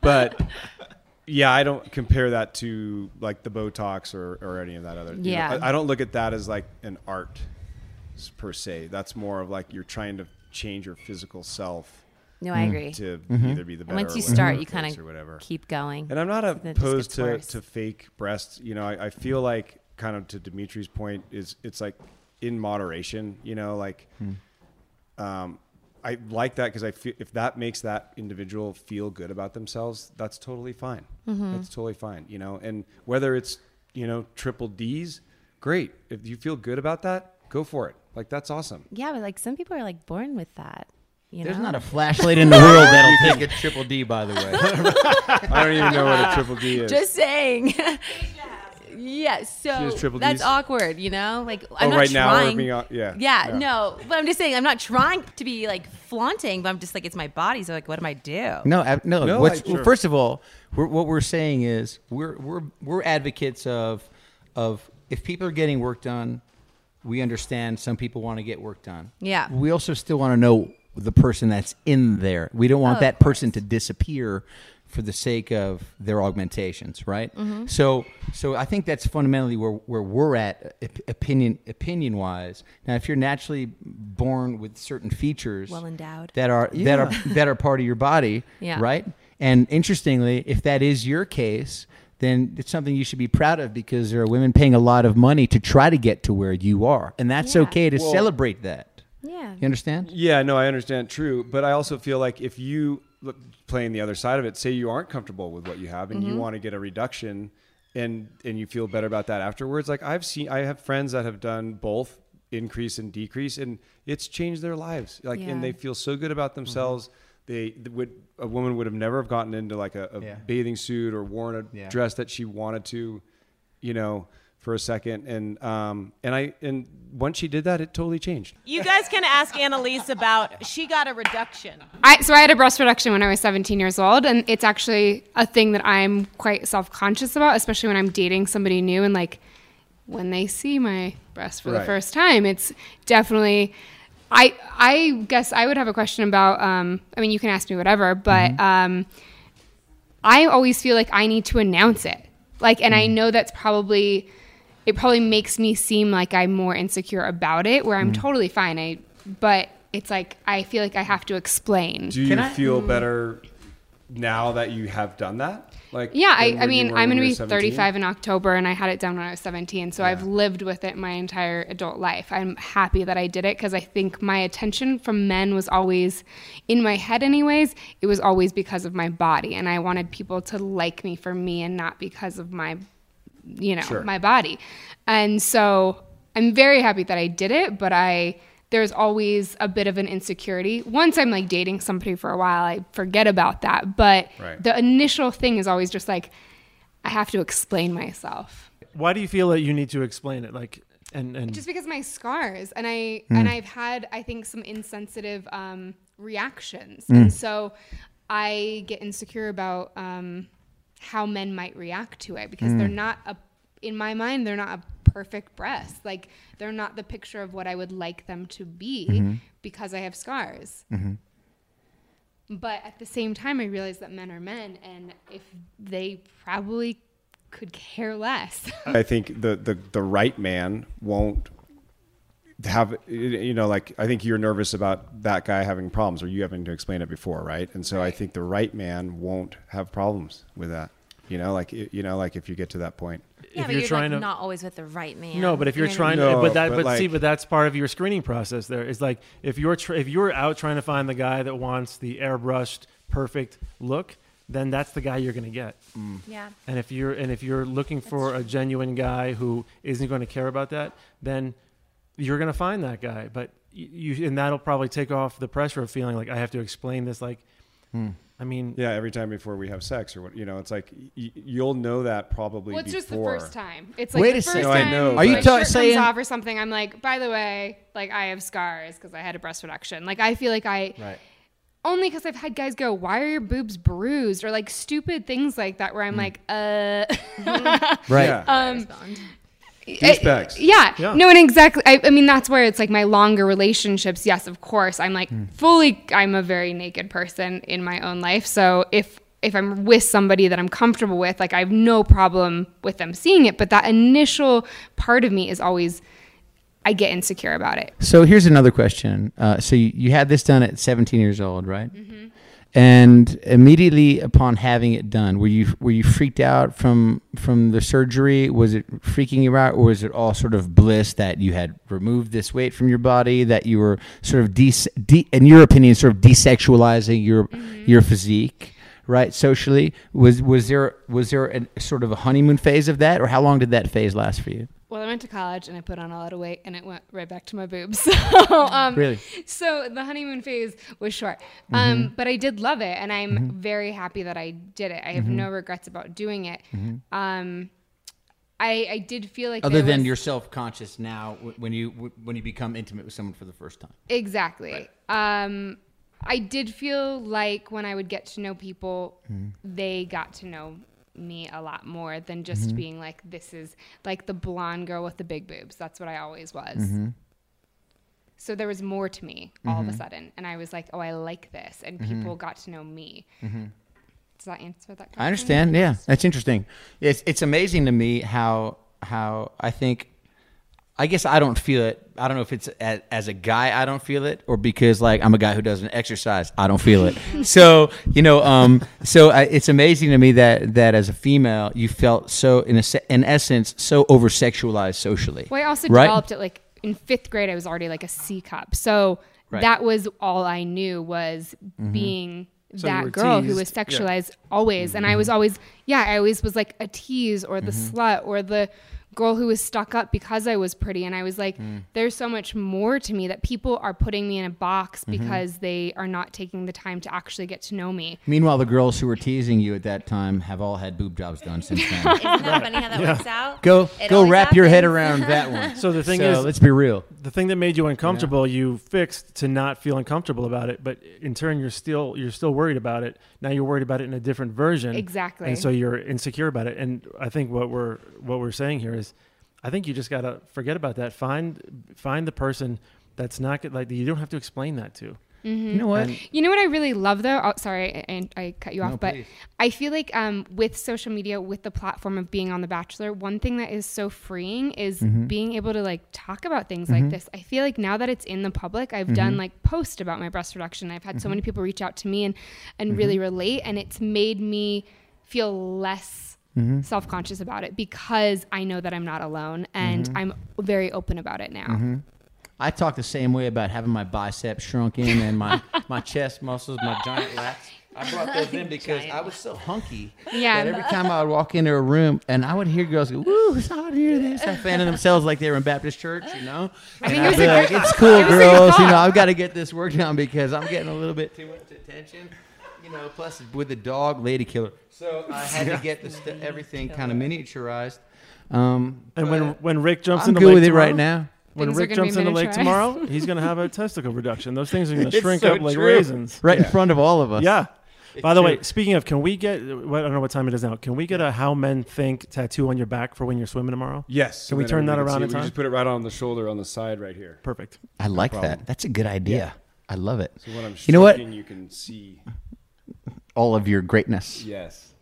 but yeah, I don't compare that to like the Botox or, or any of that other. you know, Yeah. I, I don't look at that as like an art s- per se. That's more of like you're trying to change your physical self No, Mm. I agree. to Mm-hmm. either be the better. Once or you whatever start, you face kind or whatever. of keep going. And I'm not So then it just opposed gets to, worse. to fake breasts. You know, I, I feel like kind of to Dimitri's point is it's like in moderation. You know, like um, I like that because I feel if that makes that individual feel good about themselves, that's totally fine. Mm-hmm. That's totally fine. You know, and whether it's you know triple D's, great. If you feel good about that, go for it. Like that's awesome. [laughs] yeah, but like some people are like born with that. You There's know? not a flashlight in the world that'll take a triple D, by the way. I don't even know what a triple D is. Just saying. [laughs] yeah, so has triple that's Ds. awkward, you know? Like I'm oh, not right now trying. we're being out- yeah. yeah, no. But I'm just saying I'm not trying to be like flaunting, but I'm just like it's my body, so like what am I do? No, ab- no. No, what's, I- sure. First of all, we're, what we're saying is we're we're we're advocates of of if people are getting work done, we understand some people want to get work done. Yeah. We also still want to know the person that's in there. We don't want Oh, of that person to disappear for the sake of their augmentations, right? Mm-hmm. So so I think that's fundamentally where, where we're at op- opinion opinion wise. Now if you're naturally born with certain features Well endowed. that are that are that are part of your body, Yeah. right? And interestingly, if that is your case, then it's something you should be proud of because there are women paying a lot of money to try to get to where you are, and that's Yeah. okay to celebrate that. Yeah. You understand? Yeah, no, I understand. True, but I also feel like if you look, playing the other side of it, say you aren't comfortable with what you have and you want to get a reduction, and and you feel better about that afterwards. Like I've seen, I have friends that have done both increase and decrease, and it's changed their lives. Like, Yeah. and they feel so good Mm-hmm. about themselves. They th- would a woman would have never have gotten into like a, a Yeah. bathing suit or worn a Yeah. dress that she wanted to, you know, for a second. And um and I and once she did that, it totally changed. You guys can ask Annalise about. She got a reduction. I, so I had a breast reduction when I was 17 years old, and it's actually a thing that I'm quite self-conscious about, especially when I'm dating somebody new and like when they see my breast for the Right. first time. It's definitely. I I guess I would have a question about. Um, I mean, you can ask me whatever, but Mm-hmm. um, Mm-hmm. I always feel like I need to announce it. Like, and I know that's probably it probably makes me seem like I'm more insecure about it, where Mm-hmm. I'm totally fine. I but it's like I feel like I have to explain. Do you feel Mm. better now that you have done that? Like Yeah, I, than I when you mean, were I'm when going to you be were 17? 35 in October, and I had it done when I was 17. So I've lived with it my entire adult life. I'm happy that I did it because I think my attention from men was always in my head, anyways. It was always because of my body, and I wanted people to like me for me and not because of my, you know, Sure. my body. And so I'm very happy that I did it, but I. There's always a bit of an insecurity. Once I'm like dating somebody for a while, I forget about that. But Right. the initial thing is always just like, I have to explain myself. Why do you feel that you need to explain it? Like, and and Just because my scars and I and I've had I think some insensitive um, reactions, and so I get insecure about um, how men might react to it because they're not a in my mind they're not a perfect breast like they're not the picture of what I would like them to be because I have scars. But at the same time, I realize that men are men, and if they probably could care less. [laughs] I think the, the the right man won't have you know like I think you're nervous about that guy having problems or you having to explain it before, right? And so I think the right man won't have problems with that. You know, like you know, like if you get to that point. yeah, if but you're, trying like, to not always with the right man. No, but if you're You know what I trying mean? to, No, but that, but but, see, like- but that's part of your screening process. There is like if you're tr- if you're out trying to find the guy that wants the airbrushed, perfect look, then that's the guy you're going to get. Mm. mean? yeah. And if you're and if you're looking for a genuine guy who isn't going to care about that, then you're going to find that guy. But y- you and that'll probably take off the pressure of feeling like I have to explain this. Like, I mean, Hmm. Yeah, every time before we have sex or what, you know, it's like y- you'll know that probably Well, it's just the before. first time. It's like Wait the a first second. No, I time. know, my Are you ta- shirt saying- comes off or something? I'm like, by the way, like I have scars because I had a breast reduction. Like I feel like I Right. only because I've had guys go, "Why are your boobs bruised?" or like stupid things like that, where Hmm. I'm like, uh. Right. Yeah. It- Douchebags. yeah. Yeah. No, and exactly. I, I mean, that's where it's like my longer relationships. Yes, of course. I'm like fully. I'm a very naked person in my own life. So if if I'm with somebody that I'm comfortable with, like I have no problem with them seeing it. But that initial part of me is always, I get insecure about it. So here's another question. Uh, so you, you had this done at 17 years old, right? And immediately upon having it done, were you were you freaked out from from the surgery? Was it freaking you out, or was it all sort of bliss that you had removed this weight from your body, that you were sort of de, de in your opinion, sort of desexualizing your your physique, right? Socially, was was there was there a sort of a honeymoon phase of that, or how long did that phase last for you? Well, I went to college and I put on a lot of weight, and it went right back to my boobs. [laughs] So, um, Really? Mm-hmm. So the honeymoon phase was short, um, but I did love it, and I'm very happy that I did it. I Mm-hmm. have no regrets about doing it. Um, I, I did feel like other there than was- you're self-conscious now w- when you w- when you become intimate with someone for the first time Exactly. Um, I did feel like when I would get to know people, Mm-hmm. they got to know me a lot more than Mm-hmm. just being like, this is like the blonde girl with the big boobs. That's what I always was. Mm-hmm. So there was more to me all of a sudden. And I was like, oh, I like this. And Mm-hmm. people got to know me. Does that answer that question? i understand yeah that's interesting it's, it's amazing to me how how i think i guess i don't feel it i don't know if it's as, as a guy i don't feel it or because like i'm a guy who doesn't exercise i don't feel it [laughs] so you know um so I, it's amazing to me that that as a female you felt so in a se- in essence so over sexualized socially Well, I also right? developed it like in fifth grade. I was already like a C cup, so Right. Mm-hmm. that was all I knew was being you that were girl who teased, was yeah. sexualized always, and I Mm-hmm. was always yeah, I always was like a tease or the slut or the girl who was stuck up because I was pretty, and I was like, Mm. there's so much more to me that people are putting me in a box Mm-hmm. because they are not taking the time to actually get to know me. meanwhile the girls who were teasing you at that time have all had boob jobs done since then [laughs] Isn't that funny how that works out? Go It go always wrap your head happens. around [laughs] that one. so the thing so is, let's be real. the thing that made you uncomfortable you fixed to not feel uncomfortable about it but in turn you're still you're still worried about it now you're worried about it in a different version Exactly. and so you're insecure about it and i think what we're what we're saying here is i think you just got to forget about that find find the person that's not good like you don't have to explain that to Mm-hmm. You know what? You know what I really love though? Oh, sorry, I, I I cut you off, but please. I feel like um, with social media, with the platform of being on The Bachelor, one thing that is so freeing is being able to like talk about things like this. I feel like now that it's in the public, I've done like posts about my breast reduction. I've had so many people reach out to me and and really relate, and it's made me feel less. Self conscious about it because I know that I'm not alone and I'm very open about it now. I talk the same way about having my biceps shrunk in [laughs] and my, my chest muscles, my giant lats. I brought [laughs] those in because I was so hunky Yeah. that every time I would walk into a room and I would hear girls go, "Woo, it's hot here." This I fanning themselves like they were in Baptist church, you know. I mean, it was a like, great- it's cool, it was a good girls. You thought. know, I've got to get this work done because I'm getting a little bit too much attention. You know, plus with the dog, lady killer. So I had to get the st- everything kind of miniaturized. Um, And when but when Rick jumps I'm in the good lake with it tomorrow, right now. When Things are Rick gonna be jumps in the lake miniaturized. tomorrow, he's going to [laughs] have a testicle reduction. Those things are going to It's shrink so up like true. raisins. right in front of all [laughs] of us. Yeah. By the way, true. speaking of, can we get? Well, I don't know what time it is now. Can we get a "How Men Think" tattoo on your back for when you're swimming tomorrow? Yes. Can we then turn that everybody around can see it. in We time? just put it right on the shoulder on the side right here. Perfect. I like that. That's a good idea. I love it. So when I'm you know what? stroking, you can see. All of your greatness. Yes.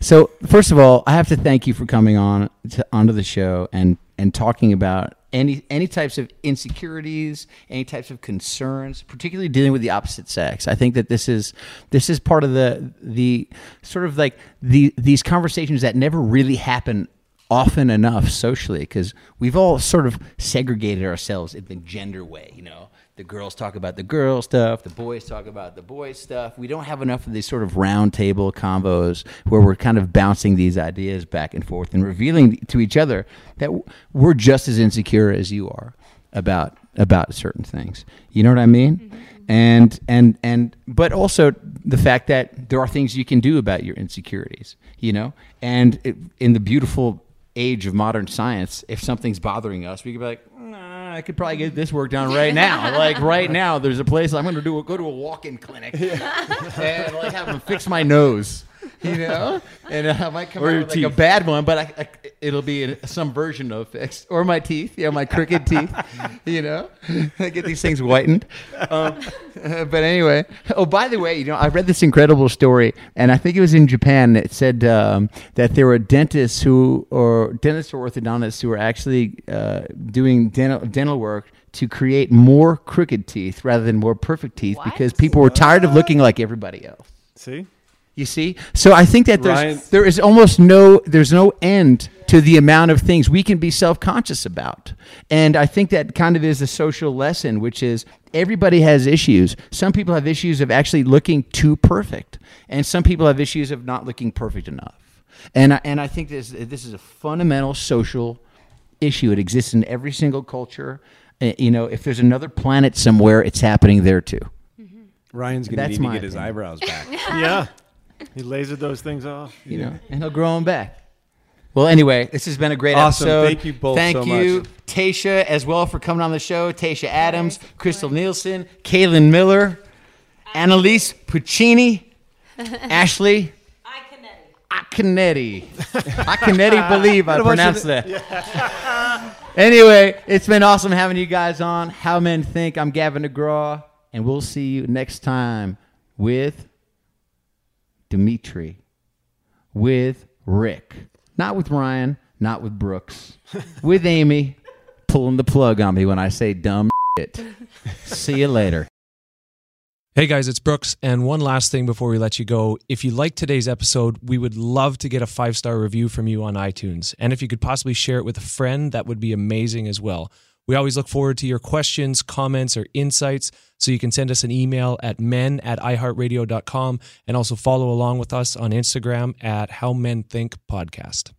So first of all, I have to thank you for coming on to, onto the show and and talking about any any types of insecurities, any types of concerns, particularly dealing with the opposite sex. I think that this is this is part of the the sort of like the these conversations that never really happen often enough socially because we've all sort of segregated ourselves in the gender way you know the girls talk about the girl stuff the boys talk about the boy stuff we don't have enough of these sort of round table combos where we're kind of bouncing these ideas back and forth and revealing to each other that w- we're just as insecure as you are about about certain things you know what i mean and and and but also the fact that there are things you can do about your insecurities you know and it, in the beautiful age of modern science if something's bothering us we could be like nah, i could probably get this work done right now like right now there's a place i'm going to do a, go to a walk-in clinic and [laughs] like have them fix my nose you know and i might come Or out your with like a teeth. bad one but I, I, it'll be in some version of fixed or my teeth yeah [laughs] my crooked teeth you know i get these things whitened um, uh, but anyway, oh, by the way, you know, I read this incredible story, and I think it was in Japan that said um, that there were dentists who, or dentists or orthodontists who were actually uh, doing dental, dental work to create more crooked teeth rather than more perfect teeth because people were tired of looking like everybody else. See, You see, so I think that there's Ryan- there is almost no there's no end to the amount of things we can be self conscious about, and I think that kind of is the social lesson, which is everybody has issues. Some people have issues of actually looking too perfect, and some people have issues of not looking perfect enough. And I, and I think this this is a fundamental social issue. It exists in every single culture. Uh, You know, if there's another planet somewhere, it's happening there too. Ryan's gonna That's need to my get his opinion. eyebrows back. [laughs] yeah. He lasered those things off. you know, and he'll grow them back. Well, anyway, this has been a great Awesome. episode. Thank you both Thank so you, much. Tasha, as well for coming on the show. Tasha Adams, Crystal Nielsen, Kaylin Miller, Annalise Puccini, Ashley I connect. Akinetti. Akinetti, believe I pronounced that. [laughs] anyway, it's been awesome having you guys on. How Men Think. I'm Gavin DeGraw, and we'll see you next time with Dimitri, with Rick, not with Ryan, not with Brooks, with Amy pulling the plug on me when I say dumb [laughs] shit. See you later. Hey guys, it's Brooks. And one last thing before we let you go. If you like today's episode, we would love to get a five star review from you on iTunes. And if you could possibly share it with a friend, that would be amazing as well. We always look forward to your questions, comments, or insights. So you can send us an email at men at iheartradio.com and also follow along with us on Instagram at How Men Think Podcast.